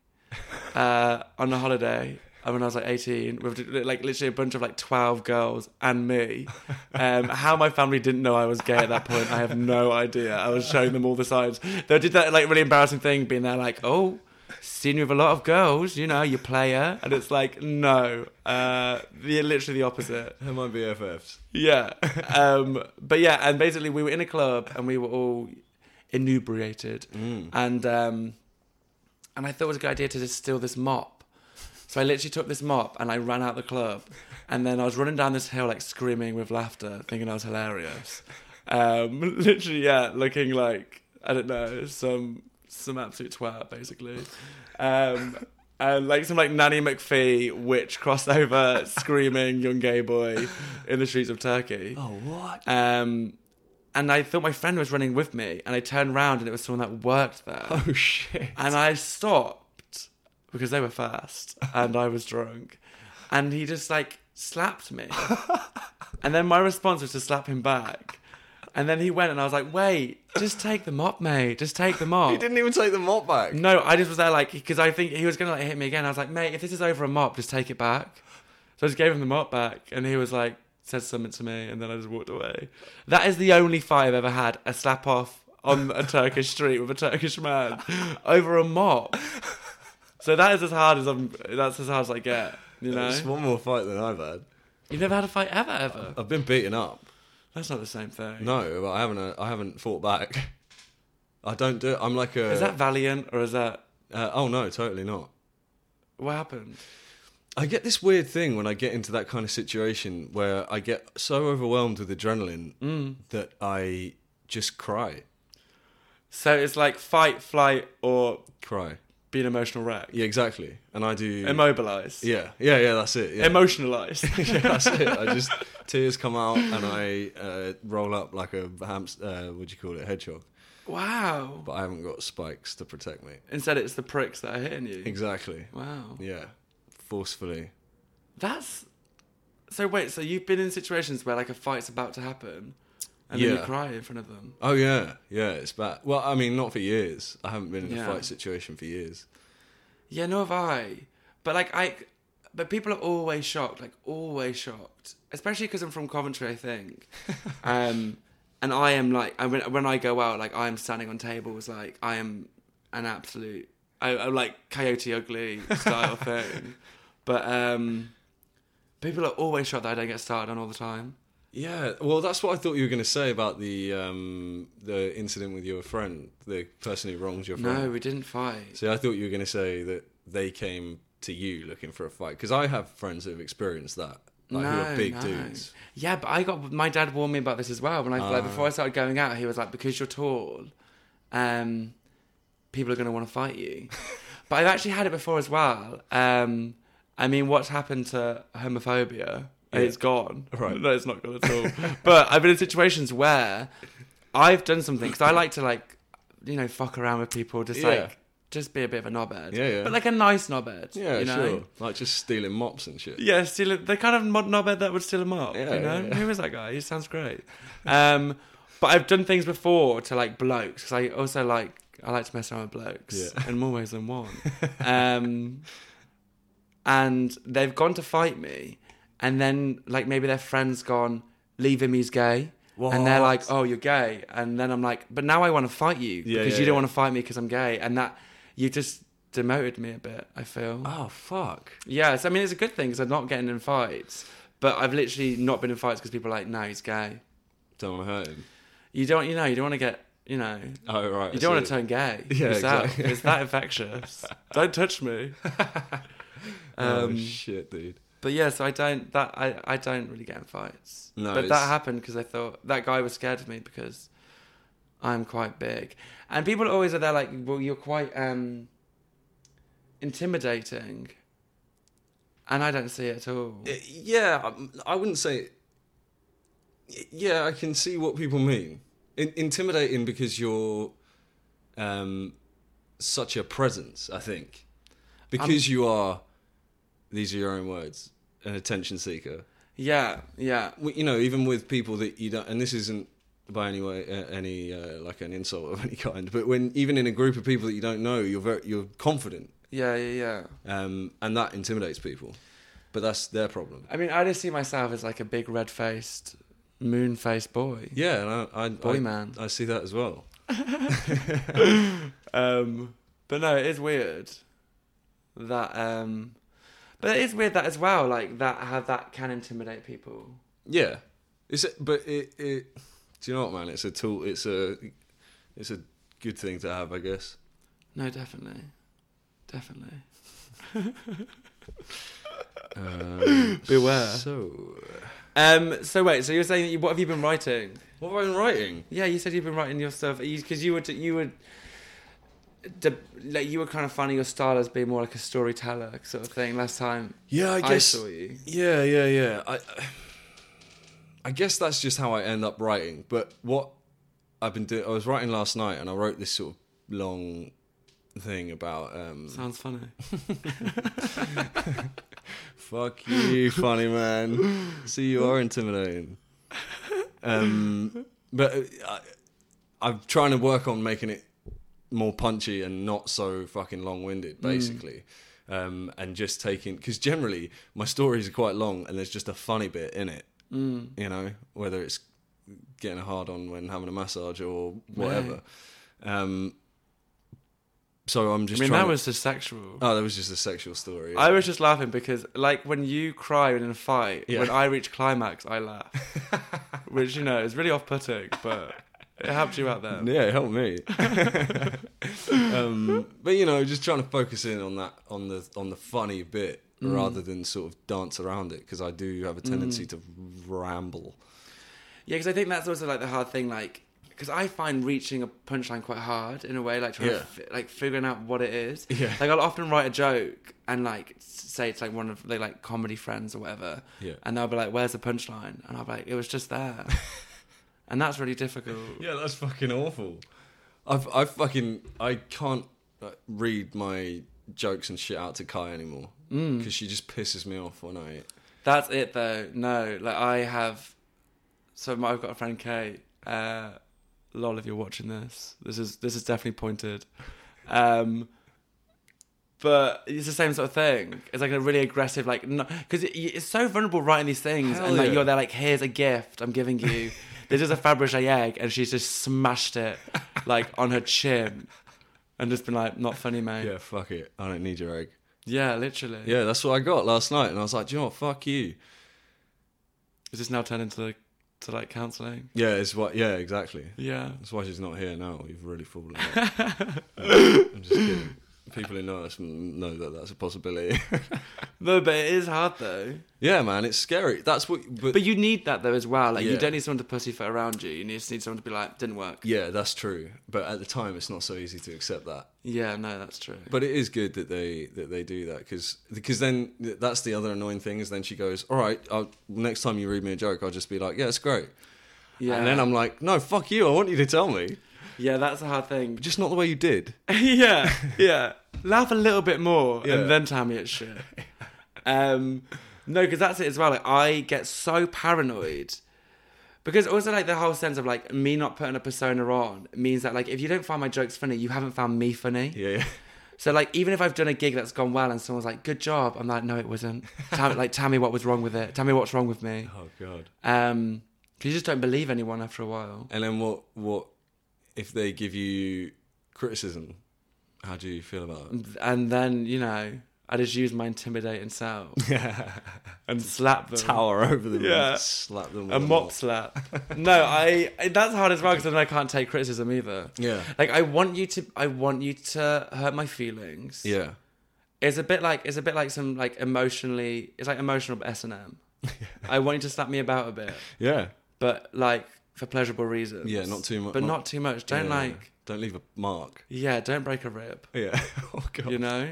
S3: uh, on a holiday uh, when I was like 18 with like literally a bunch of like 12 girls and me. Um, how my family didn't know I was gay at that point, I have no idea. I was showing them all the signs. They did that like really embarrassing thing, being there like, oh, seen you with a lot of girls, you know, you player. And it's like, no, uh, you're literally the opposite.
S1: They're my BFFs.
S3: Yeah. Um, but yeah, and basically we were in a club and we were all inebriated. And um, and I thought it was a good idea to just steal this mop. So I literally took this mop and I ran out the club. And then I was running down this hill like screaming with laughter, thinking I was hilarious. Um, literally, yeah, looking like I don't know, some some absolute twat basically. Um and like some like Nanny McPhee witch crossover screaming young gay boy in the streets of Turkey.
S1: Oh, what?
S3: Um, and I thought my friend was running with me, and I turned round and it was someone that worked there.
S1: Oh, shit.
S3: And I stopped because they were fast and I was drunk. And he just like slapped me. and then my response was to slap him back. And then he went and I was like, wait, just take them up, mate. Just take them up.
S1: He didn't even take the mop back.
S3: No, I just was there like because I think he was gonna like hit me again. I was like, mate, if this is over a mop, just take it back. So I just gave him the mop back, and he was like, said something to me, and then I just walked away. That is the only fight I've ever had: a slap off on a Turkish street with a Turkish man over a mop. So that is as hard as I'm. That's as hard as I get. You know,
S1: It's one more fight than I've had.
S3: you've never had a fight ever, ever.
S1: I've been beaten up.
S3: That's not the same thing.
S1: No, but I haven't. uh, I haven't fought back. I don't do it. I'm like a.
S3: Is that valiant or is that
S1: Uh, oh no, totally not.
S3: what happened?
S1: I get this weird thing when I get into that kind of situation where I get so overwhelmed with adrenaline
S3: Mm.
S1: that I just cry,
S3: So it's like fight, flight, or
S1: cry.
S3: be an emotional wreck.
S1: Yeah, exactly. And I do.
S3: Immobilized.
S1: yeah, yeah, yeah. That's it. Yeah.
S3: emotionalized.
S1: yeah, that's it. I just tears come out and I uh, roll up like a hamster. Uh, what do you call it? Hedgehog.
S3: wow.
S1: But I haven't got spikes to protect me.
S3: Instead, it's the pricks that are hitting you.
S1: Exactly.
S3: Wow.
S1: Yeah. Forcefully.
S3: That's. So wait. So you've been in situations where like a fight's about to happen, and then you
S1: Yeah.
S3: cry in front of them.
S1: Oh yeah, yeah. It's bad. Well, I mean, not for years. I haven't been in
S3: Yeah.
S1: a fight situation for years.
S3: Yeah, nor have I. But like I, but people are always shocked. Like always shocked, especially because I'm from Coventry, I think. um, and I am like, I when, when I go out, like I am standing on tables, like I am an absolute, I, I'm like Coyote Ugly style thing. But um, people are always shocked that I don't get started on all the time.
S1: Yeah. Well, that's what I thought you were going to say about the um, the incident with your friend, the person who wronged your friend.
S3: No, we didn't fight.
S1: See, I thought you were going to say that they came to you looking for a fight because I have friends who have experienced that, like who are big dudes.
S3: Yeah, but I got my dad warned me about this as well. When I like
S1: Ah.
S3: before I started going out, he was like, "Because you're tall, um, people are going to want to fight you." but I've actually had it before as well. Um, I mean, what's happened to homophobia? It's gone.
S1: Right.
S3: No, it's not gone at all. but I've been in situations where I've done something because I like to like, you know, fuck around with people, just
S1: Yeah.
S3: like, just be a bit of a knobhead.
S1: Yeah, yeah.
S3: But like a nice knobhead.
S1: Yeah,
S3: you know?
S1: sure. Like just stealing mops and shit.
S3: Yeah, steal it. The kind of mod knobhead that would steal him up.
S1: Yeah,
S3: you know,
S1: yeah, yeah.
S3: who is that guy? He sounds great. Um, but I've done things before to like blokes because I also like I like to mess around with blokes
S1: Yeah.
S3: in more ways than one. um, and they've gone to fight me, and then like maybe their friend's gone, leave him, he's gay. And they're like, "Oh, you're gay," and then I'm like, "But now I want to fight you
S1: Yeah,
S3: because
S1: yeah,
S3: you don't
S1: yeah.
S3: want to fight me because I'm gay," and that you just demoted me a bit. I feel.
S1: Oh fuck.
S3: Yes, I mean it's a good thing because I'm not getting in fights, but I've literally not been in fights because people are like, no, he's gay.
S1: Don't want to hurt him.
S3: You don't, you know, you don't want to get, you know,
S1: Oh right.
S3: you
S1: I
S3: don't want to
S1: see.
S3: turn gay.
S1: Yeah,
S3: yourself.
S1: exactly.
S3: It's that infectious. don't touch me.
S1: Oh
S3: Um,
S1: shit, dude.
S3: But yeah, so I don't that I, I don't really get in fights.
S1: No,
S3: but
S1: it's-
S3: that happened because I thought that guy was scared of me because I'm quite big, and people always are there like, well, you're quite um intimidating, and I don't see it at all.
S1: Uh, yeah, um, I wouldn't say. Yeah, I can see what people mean. In- intimidating because you're um, such a presence, I think. Because you are, these are your own words, an attention seeker.
S3: yeah, yeah,
S1: We- You know, even with people that you don't, and this isn't by any way uh, any uh, like an insult of any kind, but when even in a group of people that you don't know, you're very you're confident,
S3: yeah, yeah, yeah.
S1: um, and that intimidates people. But that's their problem.
S3: I mean, I just see myself as like a big red faced, moon faced boy.
S1: Yeah, and I, I
S3: Boy
S1: I-
S3: man.
S1: I see that as well.
S3: Um, but no, it is weird that. Um, but it is weird that as well, like that how that can intimidate people.
S1: Yeah, it's a- but it, it do you know what man? It's a tool. It's a it's a good thing to have, I guess.
S3: No, definitely, definitely.
S1: Um,
S3: Beware.
S1: So,
S3: Um, so wait, so you were saying that you, what have you been writing?
S1: what have I been writing?
S3: Yeah, you said you've been writing your stuff because you were t- you were. De- like you were kind of finding your style as being more like a storyteller sort of thing last time
S1: Yeah, I
S3: I,
S1: guess.
S3: saw you.
S1: Yeah, yeah, yeah. I I guess that's just how I end up writing. But what I've been doing, I was writing last night, and I wrote this sort of long thing about um,
S3: Sounds funny.
S1: Fuck you, funny man. See, you are intimidating. Um, but uh, I, I'm trying to work on making it more punchy and not so fucking long-winded,
S3: Mm.
S1: basically. Um, and just taking because generally my stories are quite long, and there's just a funny bit in it.
S3: Mm.
S1: You know, whether it's getting a hard on when having a massage or whatever. Um, so I'm
S3: I
S1: just.
S3: mean,
S1: trying
S3: that
S1: to-
S3: was just sexual.
S1: Oh, that was just a sexual story.
S3: I was just laughing because, like, when you cry in a fight,
S1: Yeah.
S3: when I reach climax, I laugh, which you know is really off-putting, but it helped you out there.
S1: Yeah, it helped me. um, but you know, just trying to focus in on that on the on the funny bit rather than sort of dance around it because I do have a tendency to ramble.
S3: Yeah, because I think that's also like the hard thing, like, because I find reaching a punchline quite hard in a way, like trying to
S1: Yeah.
S3: fi- like figuring out what it is.
S1: Yeah.
S3: Like I'll often write a joke and like s- say it's like one of the like comedy friends or whatever.
S1: Yeah.
S3: And they'll be like, "Where's the punchline?" And I'll be like, "It was just there," and that's really difficult.
S1: Yeah, that's fucking awful. I've I fucking I can't uh, read my jokes and shit out to Kai anymore because she just pisses me off when I
S3: That's it though. No, like I have. So my- I've got a friend Kate. Uh, lol, if you're watching this, this is this is definitely pointed. Um, but it's the same sort of thing. It's like a really aggressive, like because it, it's so vulnerable writing these things,
S1: Hell
S3: and like
S1: yeah.
S3: you're there, like here's a gift I'm giving you. this is a Fabergé egg, and she's just smashed it like on her chin, and just been like, not funny, mate. Yeah,
S1: yeah fuck it I don't need your egg.
S3: literally.
S1: Yeah, that's what I got last night, and I was like, do you know what? Fuck you.
S3: Is this now turned into to like counselling?
S1: Yeah, it's what. Yeah, exactly.
S3: Yeah.
S1: That's why she's not here now. You've really fallen. Out. I'm just kidding. People who know us know that that's a possibility.
S3: No, but it is hard though.
S1: yeah, man, it's scary. That's what. But,
S3: But you need that though as well. Like you
S1: Yeah.
S3: don't need someone to pussyfoot around you. You just need someone to be like, didn't work.
S1: yeah, that's true. But at the time, it's not so easy to accept that.
S3: Yeah, no, that's true.
S1: But it is good that they that they do that because then th- that's the other annoying thing is then she goes, all right, I'll, next time you read me a joke, I'll just be like, yeah, it's great.
S3: yeah,
S1: And then I'm like, no, fuck you. I want you to tell me,
S3: yeah, that's a hard thing.
S1: but just not the way you did.
S3: yeah, yeah. Laugh a little bit more
S1: Yeah.
S3: and then tell me it's shit. um, no, because that's it as well. Like I get so paranoid because also like the whole sense of like me not putting a persona on means that like if you don't find my jokes funny, you haven't found me funny.
S1: Yeah,
S3: So like even if I've done a gig that's gone well and someone's like, "Good job," I'm like, "No, it wasn't." Tell, like tell me what was wrong with it. Tell me what's wrong with me.
S1: Oh god.
S3: Um, 'cause you just don't believe anyone after a while.
S1: And then what? What if they give you criticism? How do you feel about it?
S3: And then you know, I just use my intimidating self and slap them.
S1: Tower over them,
S3: Yeah.
S1: and slap them, with
S3: A mop slap. no, I. I- That's hard as well because then I can't take criticism either.
S1: Yeah,
S3: Like I want you to, I want you to hurt my feelings.
S1: yeah,
S3: It's a bit like it's a bit like some like emotionally. It's like emotional S and M. I want you to slap me about a bit,
S1: Yeah.
S3: but like for pleasurable reasons.
S1: Yeah, not too mu-
S3: But
S1: not-
S3: not, too much. Don't
S1: Yeah.
S3: like.
S1: Don't leave a mark.
S3: Yeah, don't break a rib.
S1: Yeah. Oh god.
S3: You know,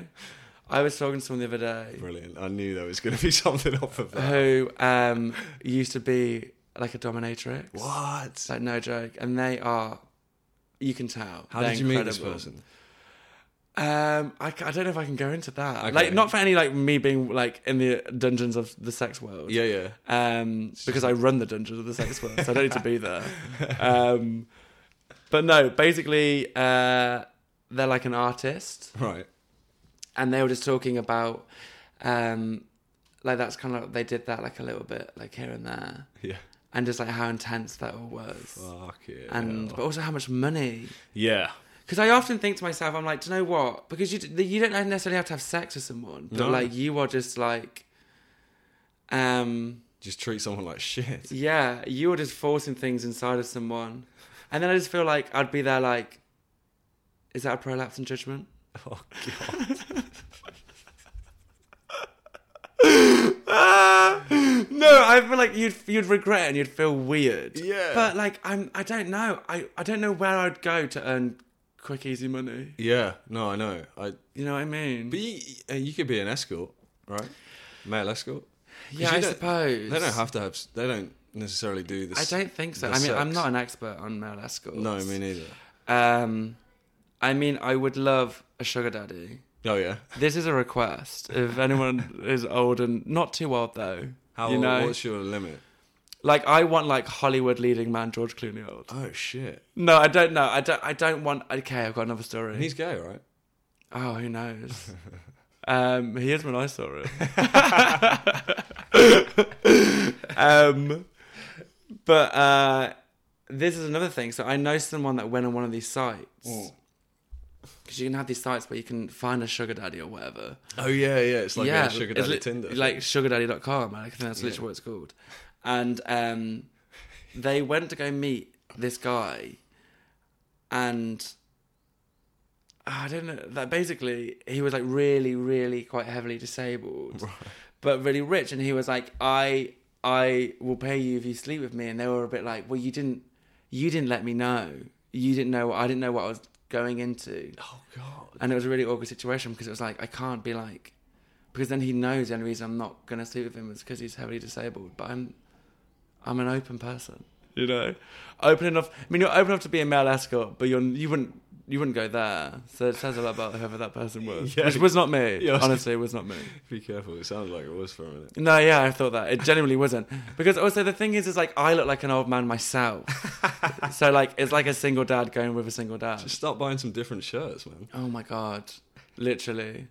S3: I was talking to someone the other day
S1: Brilliant. I knew there was going to be something off of that.
S3: who um used to be like a dominatrix.
S1: What?
S3: It's like no joke, and they are. You can tell.
S1: How
S3: They're
S1: did you meet this
S3: incredible.
S1: person?
S3: Um, I, ca- I don't know if I can go into that.
S1: Okay.
S3: Like, not for any like me being like in the dungeons of the sex world.
S1: Yeah, yeah.
S3: Um, because I run the dungeons of the sex world, so I don't need to be there. Um, but no, basically, uh, they're like an artist,
S1: Right.
S3: and they were just talking about, um, like that's kind of like they did that like a little bit like here and there,
S1: Yeah.
S3: and just like how intense that all was,
S1: Fuck it.
S3: and but also how much money
S1: yeah.
S3: because I often think to myself, I'm like, do you know what? Because you d- you don't necessarily have to have sex with someone, but
S1: No.
S3: like you are just like, um,
S1: Just treat someone like shit.
S3: yeah, you are just forcing things inside of someone, and then I just feel like I'd be there like, is that a prolapse in judgment?
S1: Oh god.
S3: No, I feel like you'd you'd regret it and you'd feel weird.
S1: Yeah.
S3: but like I'm, I don't know. I I don't know where I'd go to earn quick, easy money.
S1: yeah. No, I know. I.
S3: You know what I mean?
S1: But you, uh, you could be an escort, right? Male escort. 'Cause
S3: yeah,
S1: you
S3: I
S1: don't-
S3: suppose
S1: They don't have to have. s- They don't necessarily do this.
S3: I don't think so. I
S1: the
S3: mean, I'm
S1: sex.
S3: not an expert on male escorts.
S1: No, me neither.
S3: Um, I mean, I would love a sugar daddy.
S1: Oh yeah.
S3: This is a request. If anyone is old and not too old though,
S1: How?
S3: you know,
S1: What's your limit?
S3: like I want like Hollywood leading man George Clooney old.
S1: Oh shit.
S3: No, I don't know. I don't. I don't want. Okay, I've got another story.
S1: And he's gay, right?
S3: Oh, who knows? um, he is when I saw it. um, but uh, this is another thing. So I know someone that went on one of these sites
S1: Mm.
S3: because you can have these sites where you can find a sugar daddy or whatever.
S1: Oh yeah, yeah. It's like yeah, sugar
S3: it's
S1: daddy
S3: li-
S1: Tinder.
S3: Like sugardaddy.com. I think that's literally
S1: Yeah.
S3: what it's called. And um, they went to go meet this guy, and ah, I don't know. That basically, he was like really, really quite heavily disabled, but really rich. And he was like, "I, I will pay you if you sleep with me." And they were a bit like, "Well, you didn't, you didn't let me know. You didn't know. I didn't know what I was going into."
S1: oh god.
S3: And it was a really awkward situation because it was like, I can't be like, because then he knows the only reason I'm not going to sleep with him is because he's heavily disabled. But I'm, I'm an open person, you know, open enough. I mean, you're open enough to be a male escort, but you're you wouldn't you wouldn't go there. So it says a lot about whoever that person was,
S1: Yeah.
S3: which was not me.
S1: Yeah, I was-
S3: Honestly, it was not me.
S1: Be careful. It sounded like it was for a minute.
S3: No, yeah, I thought that it genuinely wasn't because also the thing is, is like I look like an old man myself. so like it's like a single dad going with a single dad.
S1: Just start buying some different shirts, man.
S3: Oh my god, literally.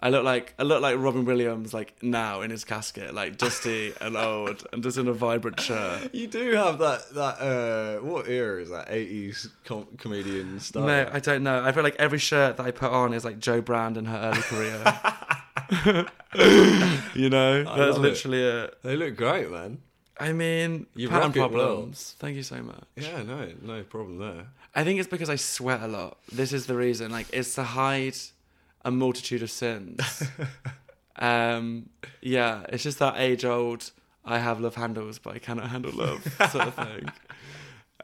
S3: I look like I look like Robin Williams like now in his casket, like dusty and old, and just in a vibrant shirt.
S1: You do have that that uh what era is that? Eighties com- comedian style.
S3: No, I don't know. I feel like every shirt that I put on is like Joe Brand in her early career. you know,
S1: I
S3: that's
S1: love it.
S3: literally it.
S1: they look great, man.
S3: I mean,
S1: You
S3: pattern
S1: rock it well.
S3: problems. Thank you so much.
S1: Yeah, no, no problem there.
S3: I think it's because I sweat a lot. This is the reason. Like, it's to hide a multitude of sins. um, yeah, it's just that age old. I have love handles, but I cannot handle love sort of thing.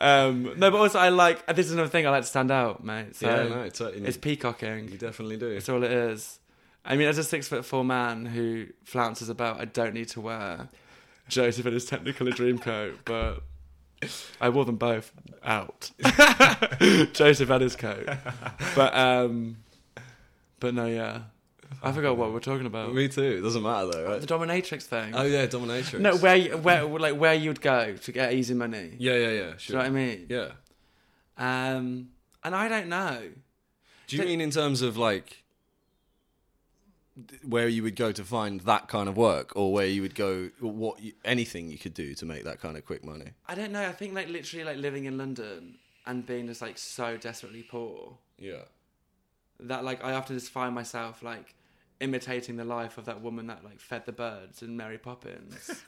S3: Um, no, but also I like. This is another thing. I like to stand out, mate. So
S1: yeah, no, totally.
S3: it's
S1: you
S3: peacocking.
S1: definitely do.
S3: That's all it is. I mean, as a six foot four man who flounces about, I don't need to wear Joseph in his Technicolor dream coat, but I wore them both out. Joseph had his coat, but um, but no, yeah, I forgot what we're talking about.
S1: Me too. It doesn't matter though,
S3: The
S1: right?
S3: dominatrix thing.
S1: Oh yeah, dominatrix.
S3: no, where you- where like where you'd go to get easy money?
S1: Yeah, yeah, yeah.
S3: Do you know
S1: Sure.
S3: what I mean?
S1: Yeah.
S3: Um, and I don't know.
S1: Do you
S3: Th-
S1: mean in terms of like th- where you would go to find that kind of work, or where you would go what you, anything you could do to make that kind of quick money?
S3: I don't know. I think like literally like living in London and being just like so desperately poor
S1: Yeah.
S3: that like I often just find myself like imitating the life of that woman that like fed the birds in Mary Poppins.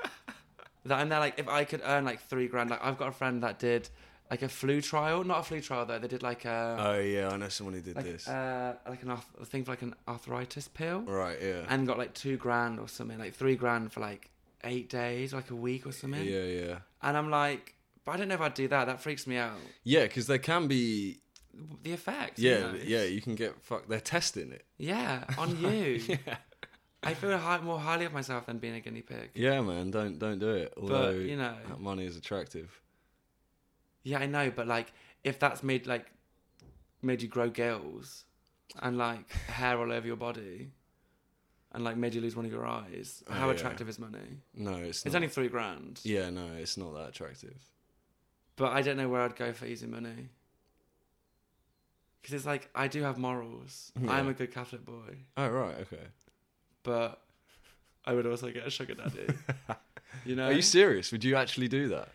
S3: that and they're like, if I could earn like three grand, like I've got a friend that did like a flu trial, not a flu trial though. They did like a
S1: Oh yeah, I know someone who did
S3: like
S1: this.
S3: uh like an arth- a thing for like an arthritis pill,
S1: right, yeah.
S3: and got like two grand or something, like three grand for like eight days, like a week or something.
S1: yeah, yeah.
S3: And I'm like, but I don't know if I'd do that. That freaks me out.
S1: Yeah, cuz there can be
S3: The effects. you
S1: yeah,
S3: know?
S1: yeah, you can get fucked. They're testing it.
S3: Yeah, on you. I feel hi- more highly of myself than being a guinea pig.
S1: Yeah, Um, man, don't don't do it. Although
S3: you know.
S1: that money is attractive.
S3: Yeah, I know, but like, if that's made like made you grow gills and like hair all over your body, and like made you lose one of your eyes,
S1: Oh,
S3: how
S1: yeah.
S3: attractive is money?
S1: No, it's,
S3: It's
S1: not.
S3: only three grand,
S1: Yeah, no, it's not that attractive.
S3: but I don't know where I'd go for easy money. Because it's like I do have morals.
S1: Yeah.
S3: I'm a good Catholic boy,
S1: Oh right, okay.
S3: but I would also get a sugar daddy. you know?
S1: Are you serious? Would you actually do that?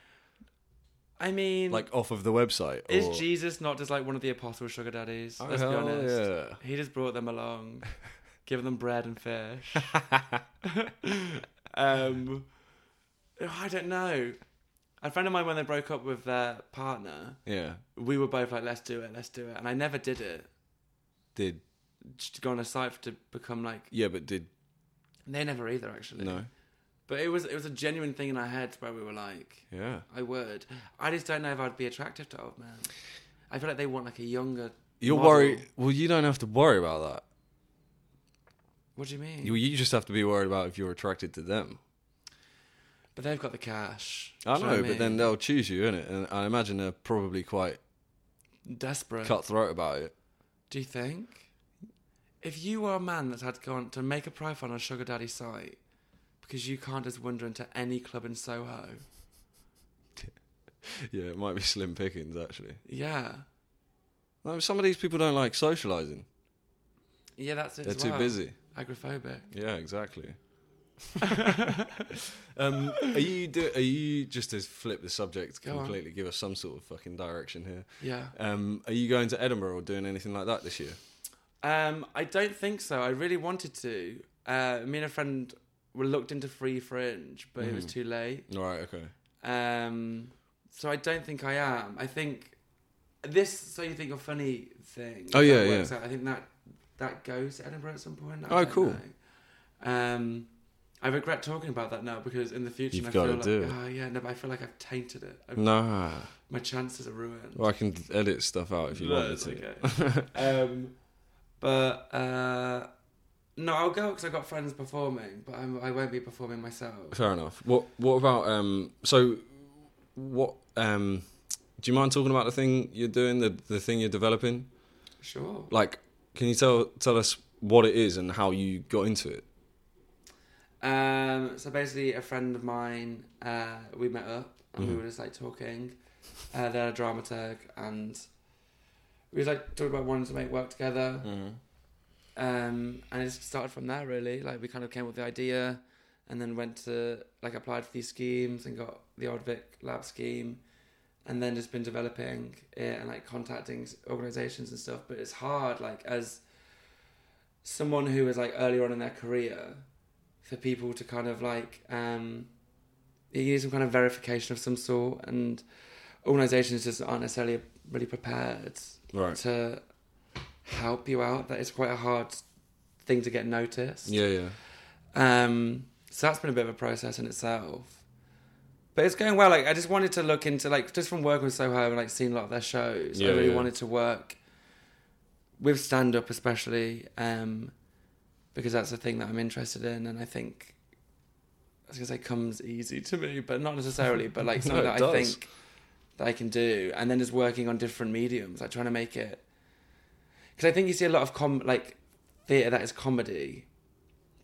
S3: I mean,
S1: Like off of the website?
S3: Is
S1: or...
S3: Jesus not just like one of the apostle sugar daddies?
S1: Oh,
S3: Let's be
S1: hell
S3: honest.
S1: yeah.
S3: He just brought them along, gave them bread and fish. um, I don't know. A friend of mine, when they broke up with their partner,
S1: Yeah.
S3: we were both like, let's do it, let's do it. And I never did it.
S1: Did
S3: Just go on a site to become like,
S1: yeah, but did
S3: they never either, actually.
S1: no?
S3: But it was, it was a genuine thing in our heads where we were like,
S1: Yeah.
S3: I would. I just don't know if I'd be attractive to old men. I feel like they want like a younger.
S1: You're
S3: model.
S1: worried. Well, you don't have to worry about that.
S3: What do you mean?
S1: You, you just have to be worried about if you're attracted to them.
S3: But they've got the cash.
S1: I
S3: Do you
S1: know,
S3: what
S1: but then
S3: mean?
S1: they'll choose you, innit? And I imagine they're probably quite
S3: desperate.
S1: cutthroat about it.
S3: Do you think? If you are a man that's had gone to make a profile on a sugar daddy site because you can't just wander into any club in Soho,
S1: Yeah, it might be slim pickings actually.
S3: yeah,
S1: No, some of these people don't like socializing.
S3: yeah, that's it.
S1: They're
S3: as
S1: too
S3: well.
S1: busy.
S3: Agrophobic.
S1: Yeah, exactly. um, are you do, are you just to flip the subject
S3: Go on.
S1: completely? Give us some sort of fucking direction here.
S3: Yeah.
S1: Um, are you going to Edinburgh or doing anything like that this year?
S3: Um, I don't think so. I really wanted to. Uh, me and a friend were looked into free fringe, but it was
S1: Mhm.
S3: too late.
S1: All right, okay.
S3: Um, so I don't think I am. I think this. So you think you're funny thing?
S1: Oh,
S3: that
S1: yeah,
S3: works
S1: yeah.
S3: out, I think that that goes to Edinburgh at some point. I
S1: Oh,
S3: don't
S1: cool.
S3: know. Um, I regret talking about that now because in the future
S1: You've
S3: I
S1: gotta
S3: feel like,
S1: do it.
S3: oh yeah, no, but I feel like I've tainted it. I've-
S1: Nah,
S3: My chances are ruined.
S1: well, I can edit stuff out if you
S3: No,
S1: wanted
S3: it's
S1: to.
S3: okay. um, but uh, no, I'll go because I've got friends performing, but I'm, I won't be performing myself.
S1: Fair enough. What What about um? So, what um? Do you mind talking about the thing you're doing, the the thing you're developing?
S3: Sure.
S1: Like, can you tell tell us what it is and how you got into it?
S3: Um, so basically, a friend of mine, uh, we met up and we
S1: Mhm.
S3: were just like talking. Uh, they're a dramaturg, and we was like talking about wanting to make work together.
S1: Mm-hmm.
S3: Um, and it just started from there, really. Like, we kind of came up with the idea and then went to like applied for these schemes and got the Old Vic Lab scheme, and then just been developing it and like contacting s- organizations and stuff. But it's hard, like, as someone who is like earlier on in their career for people to kind of like um you need some kind of verification of some sort and organizations just aren't necessarily really prepared
S1: Right.
S3: to help you out that it's quite a hard thing to get noticed
S1: Yeah, yeah.
S3: um so that's been a bit of a process in itself but it's going well like i just wanted to look into like just from working with soho and like seeing a lot of their shows
S1: Yeah,
S3: i really
S1: yeah.
S3: wanted to work with stand up especially um because that's a thing that i'm interested in and i think i was gonna say comes easy to me but not necessarily but like
S1: No,
S3: something
S1: it
S3: that i
S1: does.
S3: think that i can do and then just working on different mediums like trying to make it because i think you see a lot of com like theater that is comedy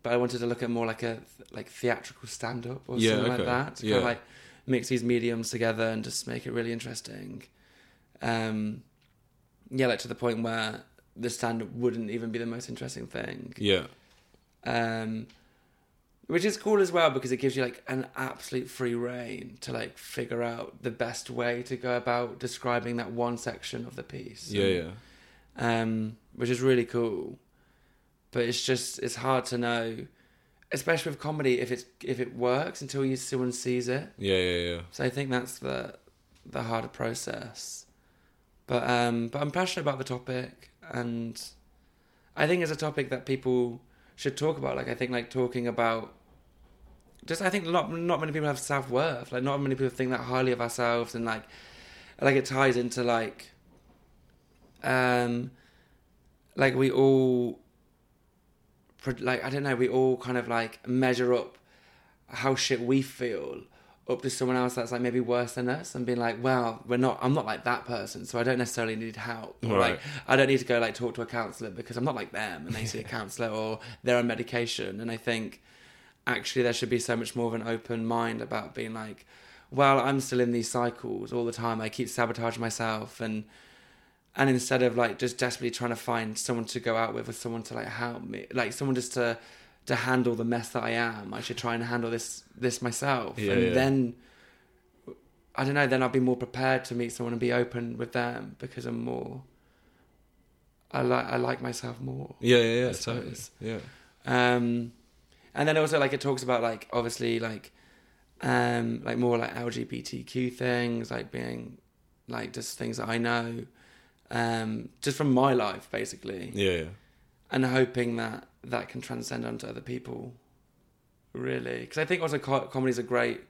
S3: but i wanted to look at more like a like theatrical stand up or
S1: Yeah,
S3: something
S1: okay.
S3: like that to
S1: Yeah.
S3: kind of like mix these mediums together and just make it really interesting um yeah like to the point where the stand up wouldn't even be the most interesting thing
S1: Yeah.
S3: um, which is cool as well because it gives you like an absolute free reign to like figure out the best way to go about describing that one section of the piece.
S1: Yeah, yeah.
S3: Um, which is really cool, but it's just it's hard to know, especially with comedy, if it's if it works until you someone sees it.
S1: Yeah, yeah, yeah.
S3: So I think that's the the harder process. But um, but I'm passionate about the topic, and I think it's a topic that people should talk about. Like I think like talking about just I think not not many people have self worth. Like not many people think that highly of ourselves, and like like it ties into like um like we all pro- like I don't know we all kind of like measure up how shit we feel up to someone else that's like maybe worse than us and being like well we're not I'm not like that person so I don't necessarily need help or
S1: Right.
S3: like I don't need to go like talk to a counselor because I'm not like them and they see a counselor or they're on medication and I think actually there should be so much more of an open mind about being like well i'm still in these cycles all the time i keep sabotaging myself and and instead of like just desperately trying to find someone to go out with or someone to like help me like someone just to to handle the mess that i am i should try and handle this this myself
S1: Yeah,
S3: and
S1: yeah.
S3: then i don't know then i'll be more prepared to meet someone and be open with them because i'm more i like i like myself more
S1: Yeah, yeah, yeah, totally.
S3: suppose.
S1: Yeah.
S3: um and then also like it talks about like obviously like um like more like lgbtq things like being like just things that i know um just from my life basically
S1: Yeah, yeah.
S3: and hoping that that can transcend onto other people really because i think also co- comedy is a great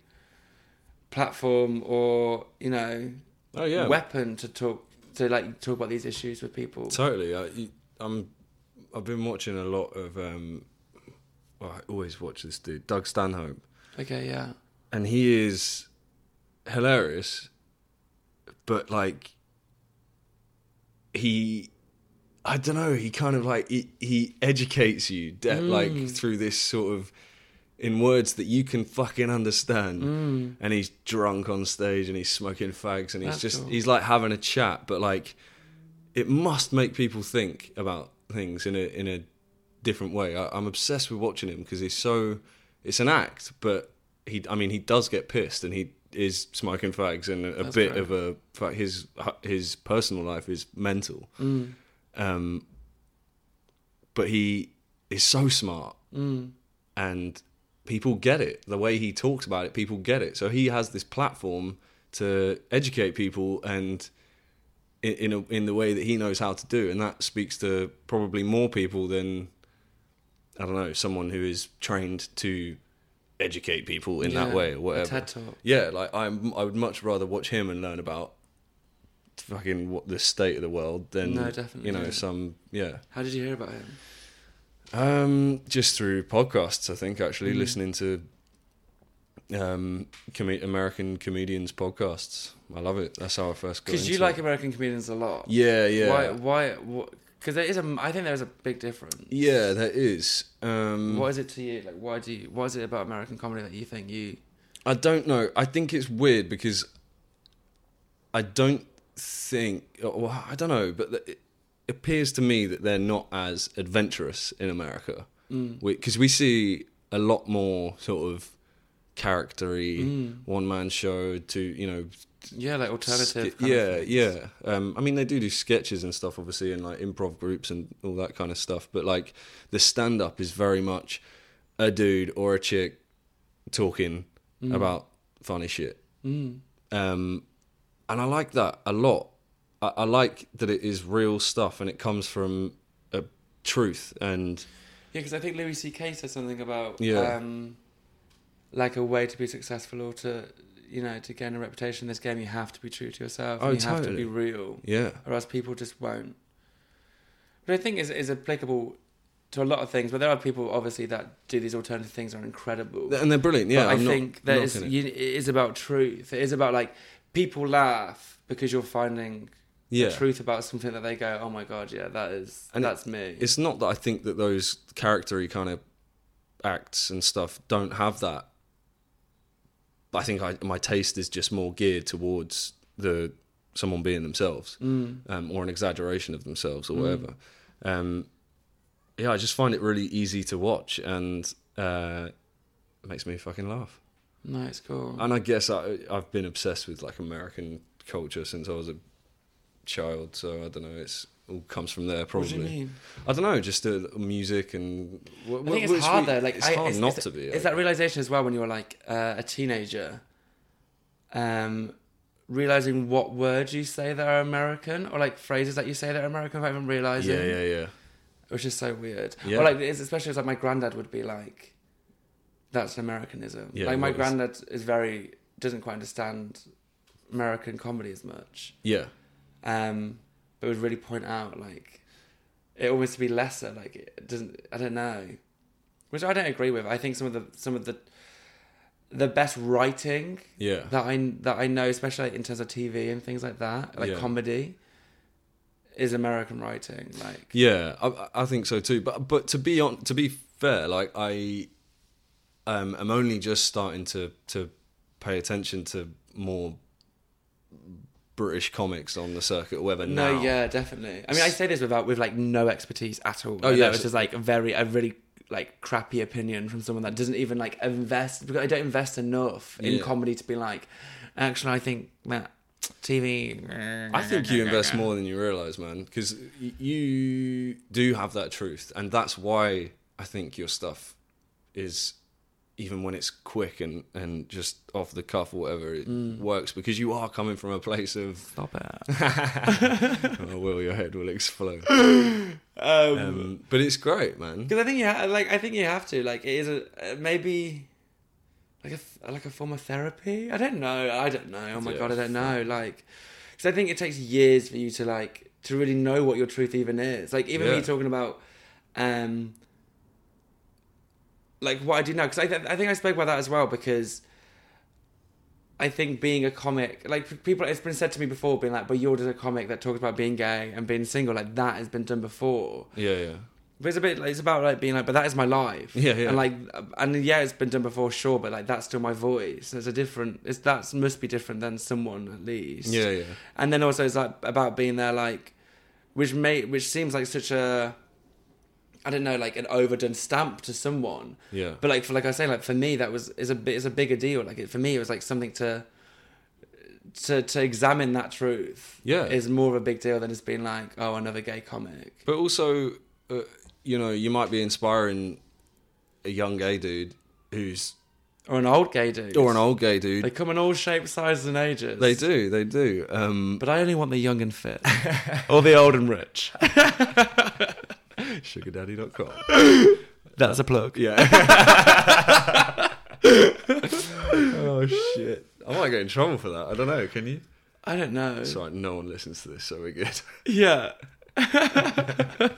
S3: platform or you know
S1: Oh yeah.
S3: weapon to talk to like talk about these issues with people
S1: Totally. I, you- I'm. I've been watching a lot of. Um, well, I always watch this dude, Doug Stanhope,
S3: okay yeah
S1: and he is hilarious, but like he. I don't know. He kind of like he, he educates you de-
S3: Mm.
S1: like through this sort of in words that you can fucking understand. And he's drunk on stage and he's smoking fags and he's
S3: Mm. That's
S1: just
S3: cool.
S1: he's like having a chat, but like it must make people think about things in a in a different way. I, I'm obsessed with watching him because he's so it's an act, but he I mean he does get pissed and he is smoking fags and a, a
S3: That's
S1: bit
S3: great.
S1: of a fact his his personal life is mental. Um, but he is so smart
S3: Mm.
S1: and people get it the way he talks about it people get it so he has this platform to educate people and in in, a, in the way that he knows how to do and that speaks to probably more people than i don't know someone who is trained to educate people in
S3: Yeah,
S1: that way
S3: a
S1: or whatever
S3: TED Talk.
S1: yeah like i'm i would much rather watch him and learn about fucking what the state of the world than
S3: No, definitely,
S1: you know
S3: yeah.
S1: some yeah
S3: how did you hear about him
S1: um, just through podcasts, I think. Actually,
S3: Mm.
S1: listening to um com- American comedians podcasts, I love it. That's how I first got.
S3: because you
S1: into
S3: like
S1: it.
S3: american comedians a lot
S1: yeah, yeah,
S3: Why? Why? Because there is a. I think there is a big difference.
S1: yeah. There is. Um,
S3: What is it to you? Like, why do you? What is it about American comedy that you think you?
S1: I don't know. I think it's weird because I don't think. Well, I don't know, but it appears to me that they're not as adventurous in America because we see a lot more sort of charactery one man show to you know
S3: Yeah, like alternative.
S1: ske-
S3: kind
S1: yeah
S3: of
S1: yeah um i mean they do do sketches and stuff obviously and like improv groups and all that kind of stuff but like the stand up is very much a dude or a chick talking
S3: Mm.
S1: about funny shit um and i like that a lot I, I like that it is real stuff and it comes from a truth and
S3: Yeah, because I think Louis C.K. said something about
S1: Yeah.
S3: um, like a way to be successful or to you know to gain a reputation in this game, you have to be true to yourself.
S1: Oh,
S3: and You have to
S1: totally.
S3: be real,
S1: yeah
S3: or else people just won't. Which I think is is applicable to a lot of things, but there are people obviously that do these alternative things that are incredible.
S1: and they're brilliant yeah
S3: but I
S1: I'm not
S3: think that is
S1: knocking it.
S3: you, it is about truth. It is about like people laugh because you're finding
S1: yeah
S3: the truth about something that they go, oh my god, yeah, that is
S1: And it-
S3: that's me.
S1: it's not that I think that those charactery kind of acts and stuff don't have that. I think I, my taste is just more geared towards the someone being themselves
S3: Mm.
S1: um, or an exaggeration of themselves or whatever. Um, yeah, I just find it really easy to watch and uh, it makes me fucking laugh.
S3: no, it's cool.
S1: And I guess I, I've been obsessed with like American culture since I was a child, so I don't know. It's all comes from there
S3: what
S1: probably.
S3: do you mean?
S1: I don't know, just uh, music and. Wh-
S3: I think
S1: wh-
S3: it's hard
S1: we-
S3: though. Like
S1: it's
S3: I,
S1: hard
S3: it's,
S1: not
S3: it's-
S1: to be.
S3: It's
S1: I
S3: that realization as well when you're like uh, a teenager, um, realizing what words you say that are American or like phrases that you say that are American without even realizing.
S1: yeah, yeah, yeah.
S3: Which is so weird.
S1: Yeah.
S3: Or like, it's, especially as like my granddad would be like, that's an Americanism.
S1: Yeah,
S3: like my
S1: what is-
S3: granddad is very doesn't quite understand American comedy as much,
S1: Yeah.
S3: um, but would really point out like it almost to be lesser. Like it doesn't. I don't know, which I don't agree with. I think some of the some of the the best writing
S1: Yeah.
S3: that I that I know, especially like, in terms of TV and things like that, like
S1: Yeah.
S3: comedy, is American writing. Like
S1: Yeah, I- I, I think so too. But but to be on to be fair, like I um, am only just starting to to pay attention to more British comics on the circuit, whether
S3: No,
S1: now.
S3: yeah, definitely. I mean, I say this without with like no expertise at all.
S1: Oh,
S3: I know
S1: yeah,
S3: it's
S1: so-
S3: just like a very a really like crappy opinion from someone that doesn't even like invest. Because I don't invest enough in
S1: Yeah.
S3: comedy to be like, actually, I think that TV.
S1: I think you invest more than you realize, man, because you do have that truth, and that's why I think your stuff is, even when it's quick and and just off the cuff or whatever, it
S3: Mm.
S1: works because you are coming from a place of
S3: Stop it.
S1: oh, will your head will explode.
S3: Um,
S1: Um, but it's great, man.
S3: Because I think you ha- like I think you have to like it is a uh, maybe like a th- like a form of therapy. I don't know. I don't know. Oh my
S1: Yeah,
S3: god, I don't know. Like because I think it takes years for you to like to really know what your truth even is. Like even
S1: Yeah.
S3: me talking about um like what I do now because I th- I think I spoke about that as well because. I think being a comic, like p- people, it's been said to me before, being like, "But you're just a comic that talks about being gay and being single." Like that has been done before,
S1: Yeah, yeah,
S3: but it's a bit. Like, it's about like being like, but that is my life.
S1: Yeah, yeah.
S3: And like, and yeah, it's been done before, sure, but like that's still my voice. It's a different. It's that must be different than someone at least.
S1: yeah, yeah,
S3: And then also it's like about being there, like, which may which seems like such a, I don't know, like an overdone stamp to someone.
S1: yeah.
S3: But like for like I say, like for me that was is a bit is a bigger deal. Like it, for me, it was like something to. To, to examine that truth
S1: Yeah.
S3: is more of a big deal than it's being like oh another gay comic
S1: But also, uh, you know, you might be inspiring a young gay dude who's
S3: or an old gay dude
S1: or an old gay dude.
S3: They come in all shapes, sizes, and ages.
S1: they do, they do. Um,
S3: But I only want the young and fit. or the old and rich.
S1: sugardaddy.com.
S3: That's a plug.
S1: Yeah. oh shit! I might get in trouble for that. I don't know. Can you?
S3: I don't know.
S1: It's all right. No one listens to this, so we're good.
S3: Yeah.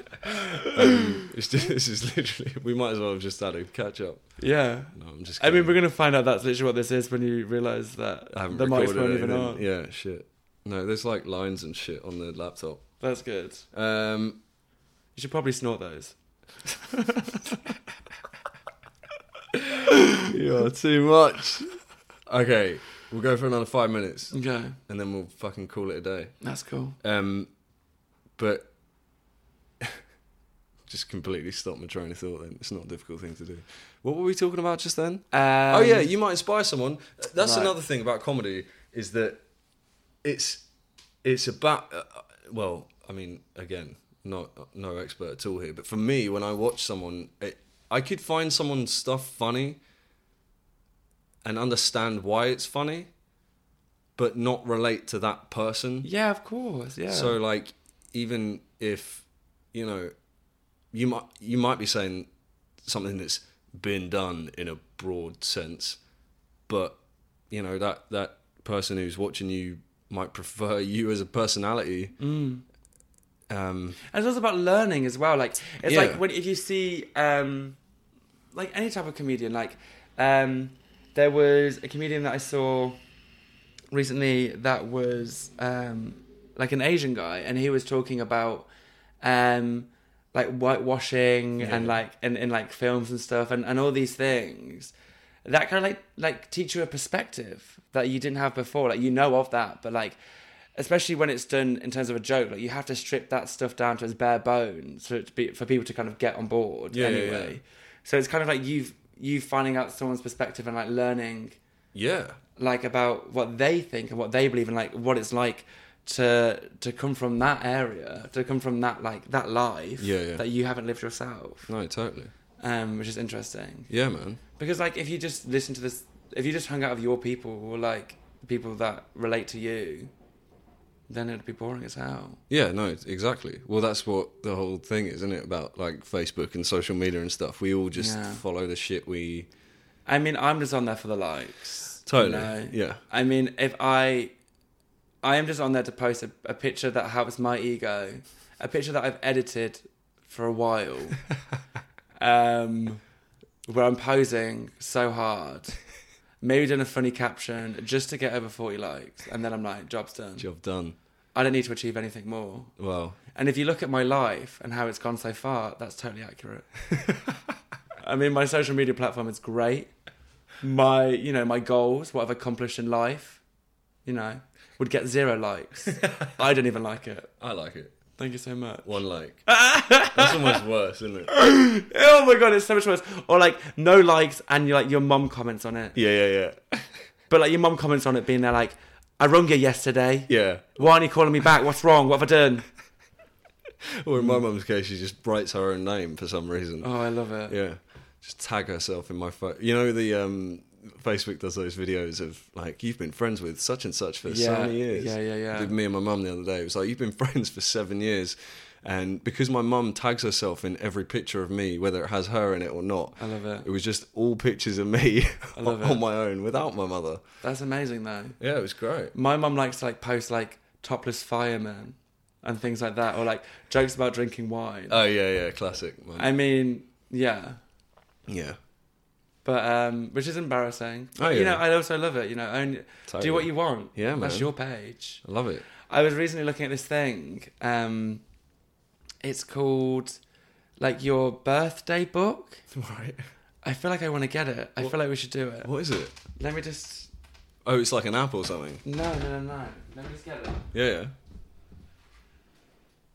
S1: Um, it's just, this is literally. We might as well have just had a catch up.
S3: Yeah.
S1: No, I'm just.
S3: I mean,
S1: kidding.
S3: we're going to find out that's literally what this is when you realise that
S1: I haven't
S3: the mics
S1: recorded
S3: weren't even
S1: anything.
S3: on.
S1: Yeah, shit. No, there's like lines and shit on the laptop.
S3: That's good.
S1: Um,
S3: You should probably snort those.
S1: you're too much. Mm. Okay, we'll go for another five minutes
S3: Okay.
S1: and then we'll fucking call it a day.
S3: That's cool.
S1: Um, but just completely stop my train of thought. Then it's not a difficult thing to do. What were we talking about just then?
S3: Um,
S1: oh yeah, you might inspire someone. That's
S3: Right.
S1: another thing about comedy is that it's it's about uh, uh, well, I mean, again, not no expert at all here, but for me, when I watch someone, it, I could find someone's stuff funny and understand why it's funny, but not relate to that person.
S3: Yeah, of course. Yeah.
S1: So like, even if you know, you might you might be saying something that's been done in a broad sense, but you know that that person who's watching you might prefer you as a personality.
S3: Mm.
S1: Um,
S3: And it's also about learning as well. Like it's
S1: Yeah.
S3: like when if you see um like any type of comedian, like um there was a comedian that I saw recently that was um like an Asian guy and he was talking about um like whitewashing and like and, and like films and stuff and, and all these things. That kind of like like teach you a perspective that you didn't have before. Like you know of that, but like especially when it's done in terms of a joke, like you have to strip that stuff down to its bare bones for it to be for people to kind of get on board
S1: Yeah, yeah,
S3: anyway.
S1: yeah.
S3: So it's kind of like you've you finding out someone's perspective and like learning
S1: yeah,
S3: like about what they think and what they believe and like what it's like to to come from that area to come from that like that life
S1: Yeah, yeah.
S3: that you haven't lived yourself
S1: no, totally,
S3: um which is interesting
S1: yeah, man,
S3: because like if you just listen to this if you just hung out with your people or like people that relate to you, then it'd be boring as hell.
S1: Yeah, no, it's- exactly. Well, that's what the whole thing is, isn't it? About like Facebook and social media and stuff. We all just
S3: Yeah.
S1: follow the shit we
S3: I mean, I'm just on there for the likes. you
S1: totally.
S3: know?
S1: Yeah,
S3: I mean, if I, I am just on there to post a, a picture that helps my ego, a picture that I've edited for a while, um, where I'm posing so hard, maybe doing a funny caption just to get over forty likes, and then I'm like, job's done.
S1: job done.
S3: I don't need to achieve anything more.
S1: Well,
S3: And if you look at my life and how it's gone so far, that's totally accurate. I mean, my social media platform is great. My, you know, my goals, what I've accomplished in life, you know, would get zero likes. I don't even like it.
S1: I like it.
S3: Thank you so much.
S1: One like. that's almost worse, isn't it? Yeah,
S3: Oh my god, it's so much worse. Or like no likes, and you like your mum comments on it.
S1: yeah, yeah,
S3: But like your mum comments on it, being there like, "I rung you yesterday.
S1: yeah.
S3: Why aren't you calling me back? What's wrong? What have I done?"
S1: Or in my mum's case, she just writes her own name for some reason.
S3: Oh, I love it.
S1: Yeah, just tag herself in my phone. You know the um, Facebook does those videos of like you've been friends with such and such for so
S3: Yeah,
S1: many years.
S3: yeah, yeah, yeah.
S1: With me and my mum the other day, it was like you've been friends for seven years, and because my mum tags herself in every picture of me, whether it has her in it or not.
S3: I love it.
S1: It was just all pictures of me
S3: I love
S1: on
S3: it.
S1: my own without my mother.
S3: That's amazing, though.
S1: Yeah, it was great.
S3: My mum likes to like post like topless firemen and things like that, or like jokes about drinking wine.
S1: Oh yeah, yeah, classic. Mum.
S3: I mean, yeah,
S1: yeah,
S3: but um, which is embarrassing.
S1: Oh,
S3: You
S1: yeah.
S3: know, I also love it. You know, own, do
S1: Totally.
S3: what you want.
S1: Yeah,
S3: That's
S1: man.
S3: your page.
S1: I love it.
S3: I was recently looking at this thing. Um, it's called like your birthday book.
S1: Right.
S3: I feel like I want to get it. I feel like we should do it.
S1: What is it?
S3: Let me just.
S1: Oh, it's like an app or something.
S3: No, no, no, no. Let me just get it.
S1: Yeah, yeah.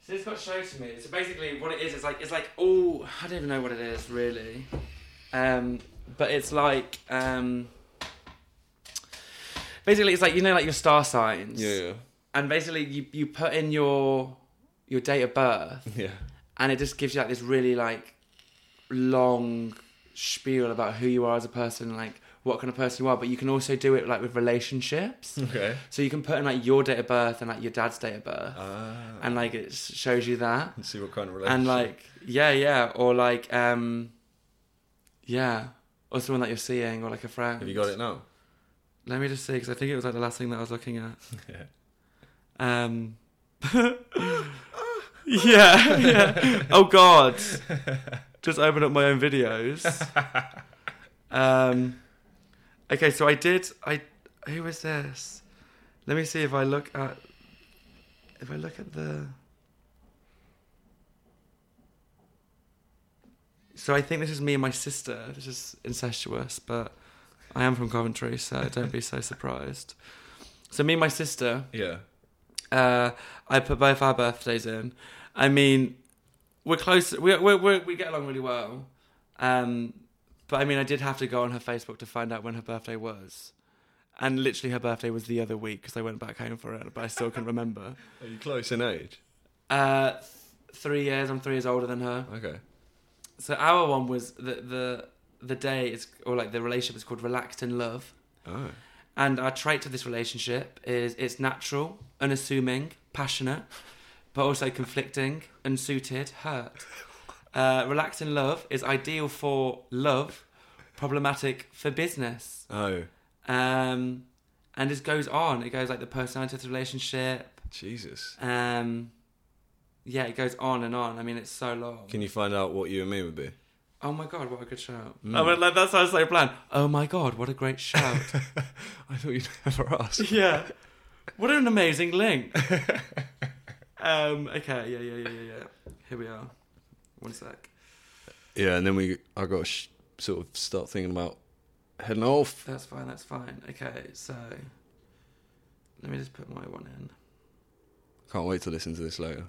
S3: So this got showed to me. So basically, what it is, it's like it's like all I don't even know what it is really, um, but it's like um, basically it's like you know like your star signs,
S1: Yeah, yeah.
S3: and basically you you put in your your date of birth,
S1: Yeah.
S3: and it just gives you like this really like long spiel about who you are as a person, like what kind of person you are. But you can also do it like with relationships.
S1: Okay.
S3: So you can put in like your date of birth and like your dad's date of birth,
S1: Ah.
S3: and like it s- shows you that
S1: and see what kind of relationship.
S3: and like yeah yeah or like um yeah or someone that you're seeing or like a friend
S1: have you got it now?
S3: let me just see because i think it was like the last thing that i was looking at
S1: Yeah.
S3: um yeah, yeah oh god just open up my own videos um okay so i did i who is this let me see if i look at if i look at the so i think this is me and my sister this is incestuous but i am from coventry so don't be so surprised so me and my sister
S1: Yeah.
S3: uh, I put both our birthdays in. I mean, we're close. We we we we get along really well. Um, but I mean, I did have to go on her Facebook to find out when her birthday was, and literally her birthday was the other week because I went back home for it, but I still couldn't remember.
S1: Are you close in age?
S3: Uh, th- three years. I'm three years older than her.
S1: Okay.
S3: So our one was the the the day is or like the relationship is called relaxed in love.
S1: Oh.
S3: And our trait to this relationship is it's natural, unassuming, passionate, but also conflicting, unsuited, hurt. Uh, relaxed in love is ideal for love, problematic for business.
S1: Oh.
S3: Um, and this goes on. It goes like the personality of the relationship.
S1: Jesus.
S3: Um, yeah, it goes on and on. I mean, it's so long.
S1: Can you find out what you and me would be?
S3: Oh my god, what a good shout. I mean, like, that sounds so bland. Oh my god, what a great shout.
S1: I thought you'd never ask.
S3: Yeah. What an amazing link. um, okay, yeah, yeah, yeah, yeah, yeah. Here we are. One sec.
S1: Yeah, and then we, I got to sh- sort of start thinking about heading off.
S3: That's fine, that's fine. Okay, so let me just put my one in
S1: Can't wait to listen to this later.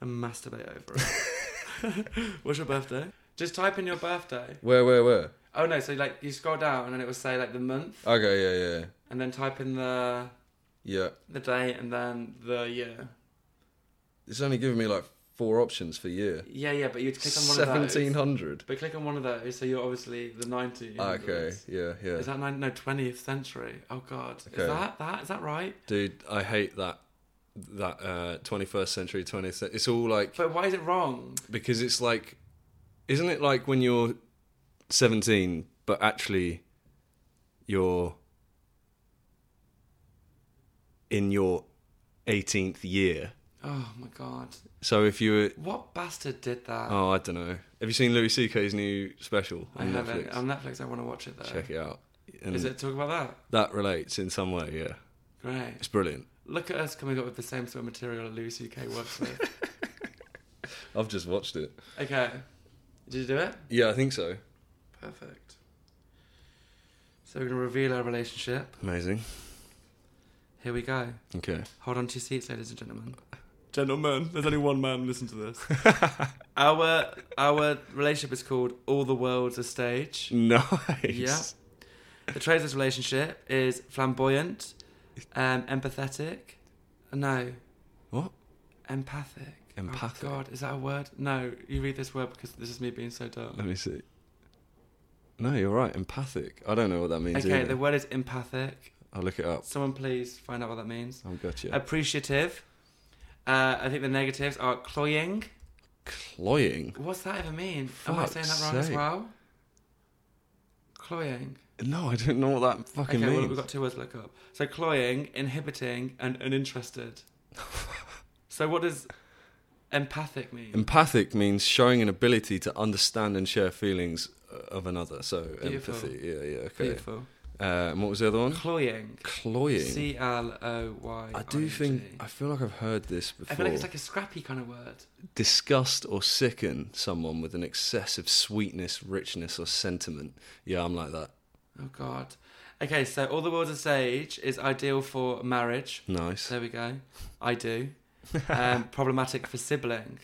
S3: and masturbate over it. What's your birthday? Just type in your birthday.
S1: Where, where, where?
S3: Oh no, so like you scroll down and then it will say like the month
S1: Okay, yeah, yeah,
S3: and then type in the
S1: yeah.
S3: the date and then the year.
S1: It's only giving me like four options for year.
S3: Yeah, yeah, but you'd click on one
S1: Seventeen
S3: of those.
S1: hundred.
S3: But click on one of those, so you're obviously the 90s.
S1: Okay, yeah, yeah.
S3: Is that nine, no 20th century? Oh God,
S1: Okay.
S3: is that that is that right?
S1: Dude, I hate that that uh, 21st century, 20th. cen- It's all like
S3: But why is it wrong?
S1: because it's like, isn't it like when you're 17, but actually you're in your 18th year.
S3: Oh my God,
S1: So if you were,
S3: what bastard did that?
S1: oh, I don't know. Have you seen Louis C.K.'s new special
S3: I
S1: on
S3: haven't.
S1: Netflix?
S3: On Netflix, I want to watch it though.
S1: Check it out. And
S3: Is it talk about that?
S1: that relates in some way? Yeah,
S3: Great.
S1: it's brilliant.
S3: Look at us coming up with the same sort of material that Louis C.K. works with.
S1: I've just watched it.
S3: okay, did you do it?
S1: Yeah, I think so.
S3: Perfect. So we're gonna reveal our relationship.
S1: Amazing.
S3: Here we go.
S1: Okay.
S3: Hold on to your seats, ladies and gentlemen.
S1: Gentlemen,
S3: There's only one man. Listen to this. our our relationship is called "All the World's a Stage."
S1: Nice.
S3: Yeah. The trait of this relationship is flamboyant, um, empathetic. No,
S1: What?
S3: empathic. Oh,
S1: Empathic.
S3: God, is that a word? No, you read this word because this is me being so dumb.
S1: Let me see. No, you're right. Empathic. I don't know what that means.
S3: Okay,
S1: either.
S3: the word is empathic.
S1: I'll look it up. Oh,
S3: Someone please find out what that means.
S1: I've got you.
S3: Appreciative. Uh, I think the negatives are cloying.
S1: Cloying.
S3: What's that ever mean? Am I
S1: Fuck's
S3: saying that wrong as
S1: sake.
S3: well? Cloying.
S1: No, I don't know what that
S3: Okay,
S1: fucking
S3: well,
S1: means.
S3: we've got two words to look up. So cloying, inhibiting, and uninterested. so what does empathic mean?
S1: Empathic means showing an ability to understand and share feelings uh, of another. So
S3: Beautiful.
S1: empathy. Yeah, yeah. Okay.
S3: Beautiful.
S1: Uh, and what was the other one?
S3: Cloying.
S1: Cloying.
S3: C L O Y.
S1: I do think I feel like I've heard this before.
S3: I feel like it's like a scrappy kind of word.
S1: disgust or sicken someone with an excessive sweetness, richness, or sentiment. Yeah, I'm like that.
S3: Oh God. Okay, so all the world's a sage is ideal for marriage.
S1: Nice.
S3: There we go. I do. Um, problematic for sibling.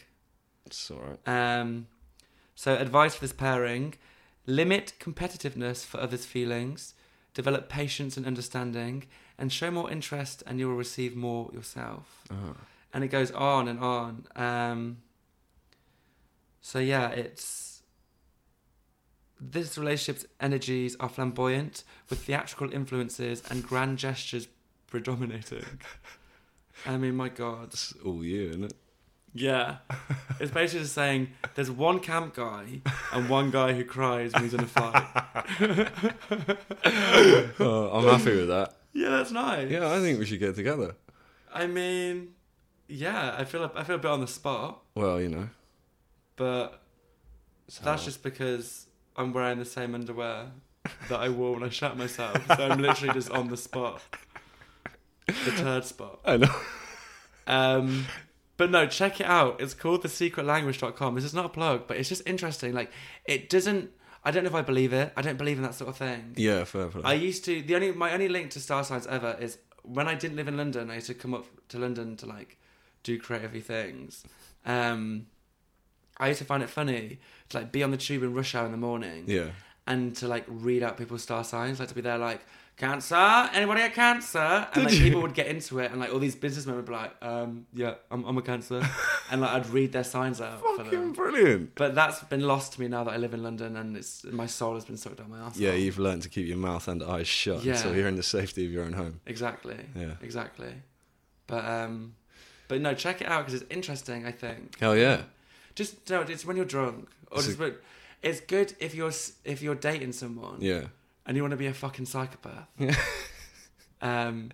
S1: It's all right.
S3: Um, so, advice for this pairing limit competitiveness for others' feelings, develop patience and understanding, and show more interest, and you will receive more yourself.
S1: Ah.
S3: And it goes on and on. Um, so, yeah, it's. This relationship's energies are flamboyant, with theatrical influences and grand gestures predominating. I mean, my God.
S1: That's all you, isn't it?
S3: Yeah. It's basically just saying there's one camp guy and one guy who cries when he's in a fight.
S1: Oh, I'm happy with that.
S3: yeah, that's nice.
S1: Yeah, I think we should get together.
S3: I mean, yeah, I feel I feel a bit on the spot,
S1: Well, you know.
S3: but that's just because I'm wearing the same underwear that I wore when I shot myself. So I'm literally just on the spot. The third spot.
S1: I know.
S3: Um, but no, check it out. It's called thesecretlanguage.com. This is not a plug, but it's just interesting. Like, it doesn't. I don't know if I believe it. I don't believe in that sort of thing.
S1: Yeah, fair play.
S3: I used to. The only my only link to star signs ever is when I didn't live in London. I used to come up to London to like do creative things. Um, I used to find it funny to like be on the tube in rush hour in the morning
S1: yeah.
S3: and to like read out people's star signs, like to be there like cancer, anybody get cancer? And like people would get into it, and like all these businessmen would be like, um, yeah, I'm, I'm a cancer, and like I'd read their signs out for
S1: Fucking
S3: them.
S1: brilliant.
S3: But that's been lost to me now that I live in London, and it's my soul has been sucked down my ass.
S1: Yeah, you've learned to keep your mouth and eyes shut
S3: Yeah.
S1: until you're in the safety of your own home.
S3: exactly,
S1: Yeah.
S3: exactly. But um, but no, check it out because it's interesting. I think.
S1: Hell yeah.
S3: Just no, it's when you're drunk, or
S1: It's
S3: just
S1: a-
S3: when, it's good if you're s- if you're dating someone.
S1: Yeah.
S3: and you want to be a fucking psychopath. um,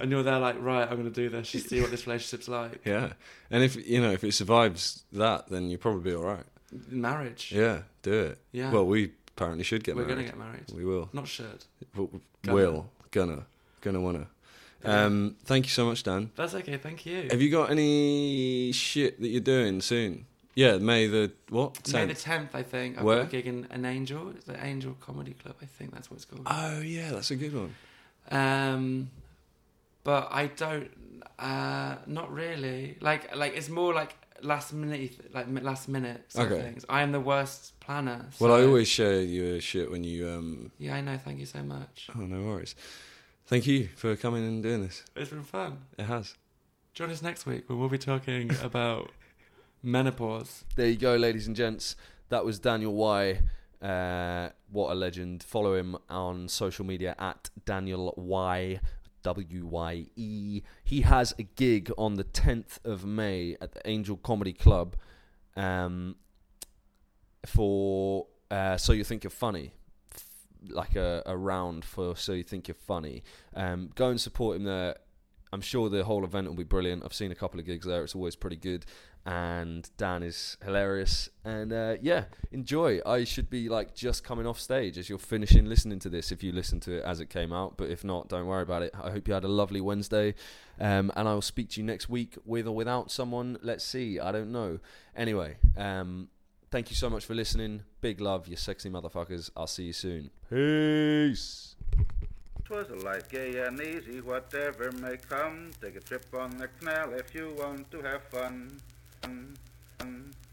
S3: and you're there like, right, I'm gonna do this. Just see what this relationship's like.
S1: Yeah. And if you know, if it survives that, then you'll probably be alright.
S3: Marriage.
S1: Yeah, do it.
S3: Yeah.
S1: Well, we apparently should get
S3: We're
S1: married.
S3: gonna get married.
S1: We will.
S3: Not should.
S1: W-
S3: Gonna.
S1: Will. Gonna. Gonna wanna. Um, thank you so much, Dan.
S3: That's okay. Thank you.
S1: Have you got any shit that you're doing soon? Yeah, May the what?
S3: May
S1: 10th.
S3: the tenth, I think. I've
S1: Where?
S3: got a gig in an Angel, It's the Angel Comedy Club. I think that's what it's called.
S1: Oh yeah, that's a good one.
S3: Um, but I don't. Uh, not really. Like, like it's more like last minute, like mi- last minute sort
S1: Okay.
S3: of things. I am the worst planner.
S1: Well, I
S3: so-
S1: always share your shit when you. Um,
S3: Yeah, I know. Thank you so much.
S1: oh, no worries. Thank you for coming and doing this.
S3: It's been fun.
S1: It has.
S3: Join us next week when we'll be talking about Menopause.
S4: There you go, ladies and gents. That was Daniel Y. Uh, what a legend. Follow him on social media at Daniel Y. W Y E. He has a gig on the 10th of May at the Angel Comedy Club um, for uh, So You Think You're Funny. Like a, a round for So You Think You're Funny. Um, go and support him there. I'm sure the whole event will be brilliant. I've seen a couple of gigs there, it's always pretty good and Dan is hilarious. And uh, yeah, enjoy. I should be like just coming off stage as you're finishing listening to this, if you listen to it as it came out. But if not, don't worry about it. I hope you had a lovely Wednesday. Um, and I will speak to you next week with or without someone. Let's see. I don't know. Anyway, um, thank you so much for listening. Big love, you sexy motherfuckers. I'll see you soon. Peace.
S2: 'Twas a life gay and easy, whatever may come. Take a trip on the canal if you want to have fun. Fun, fun,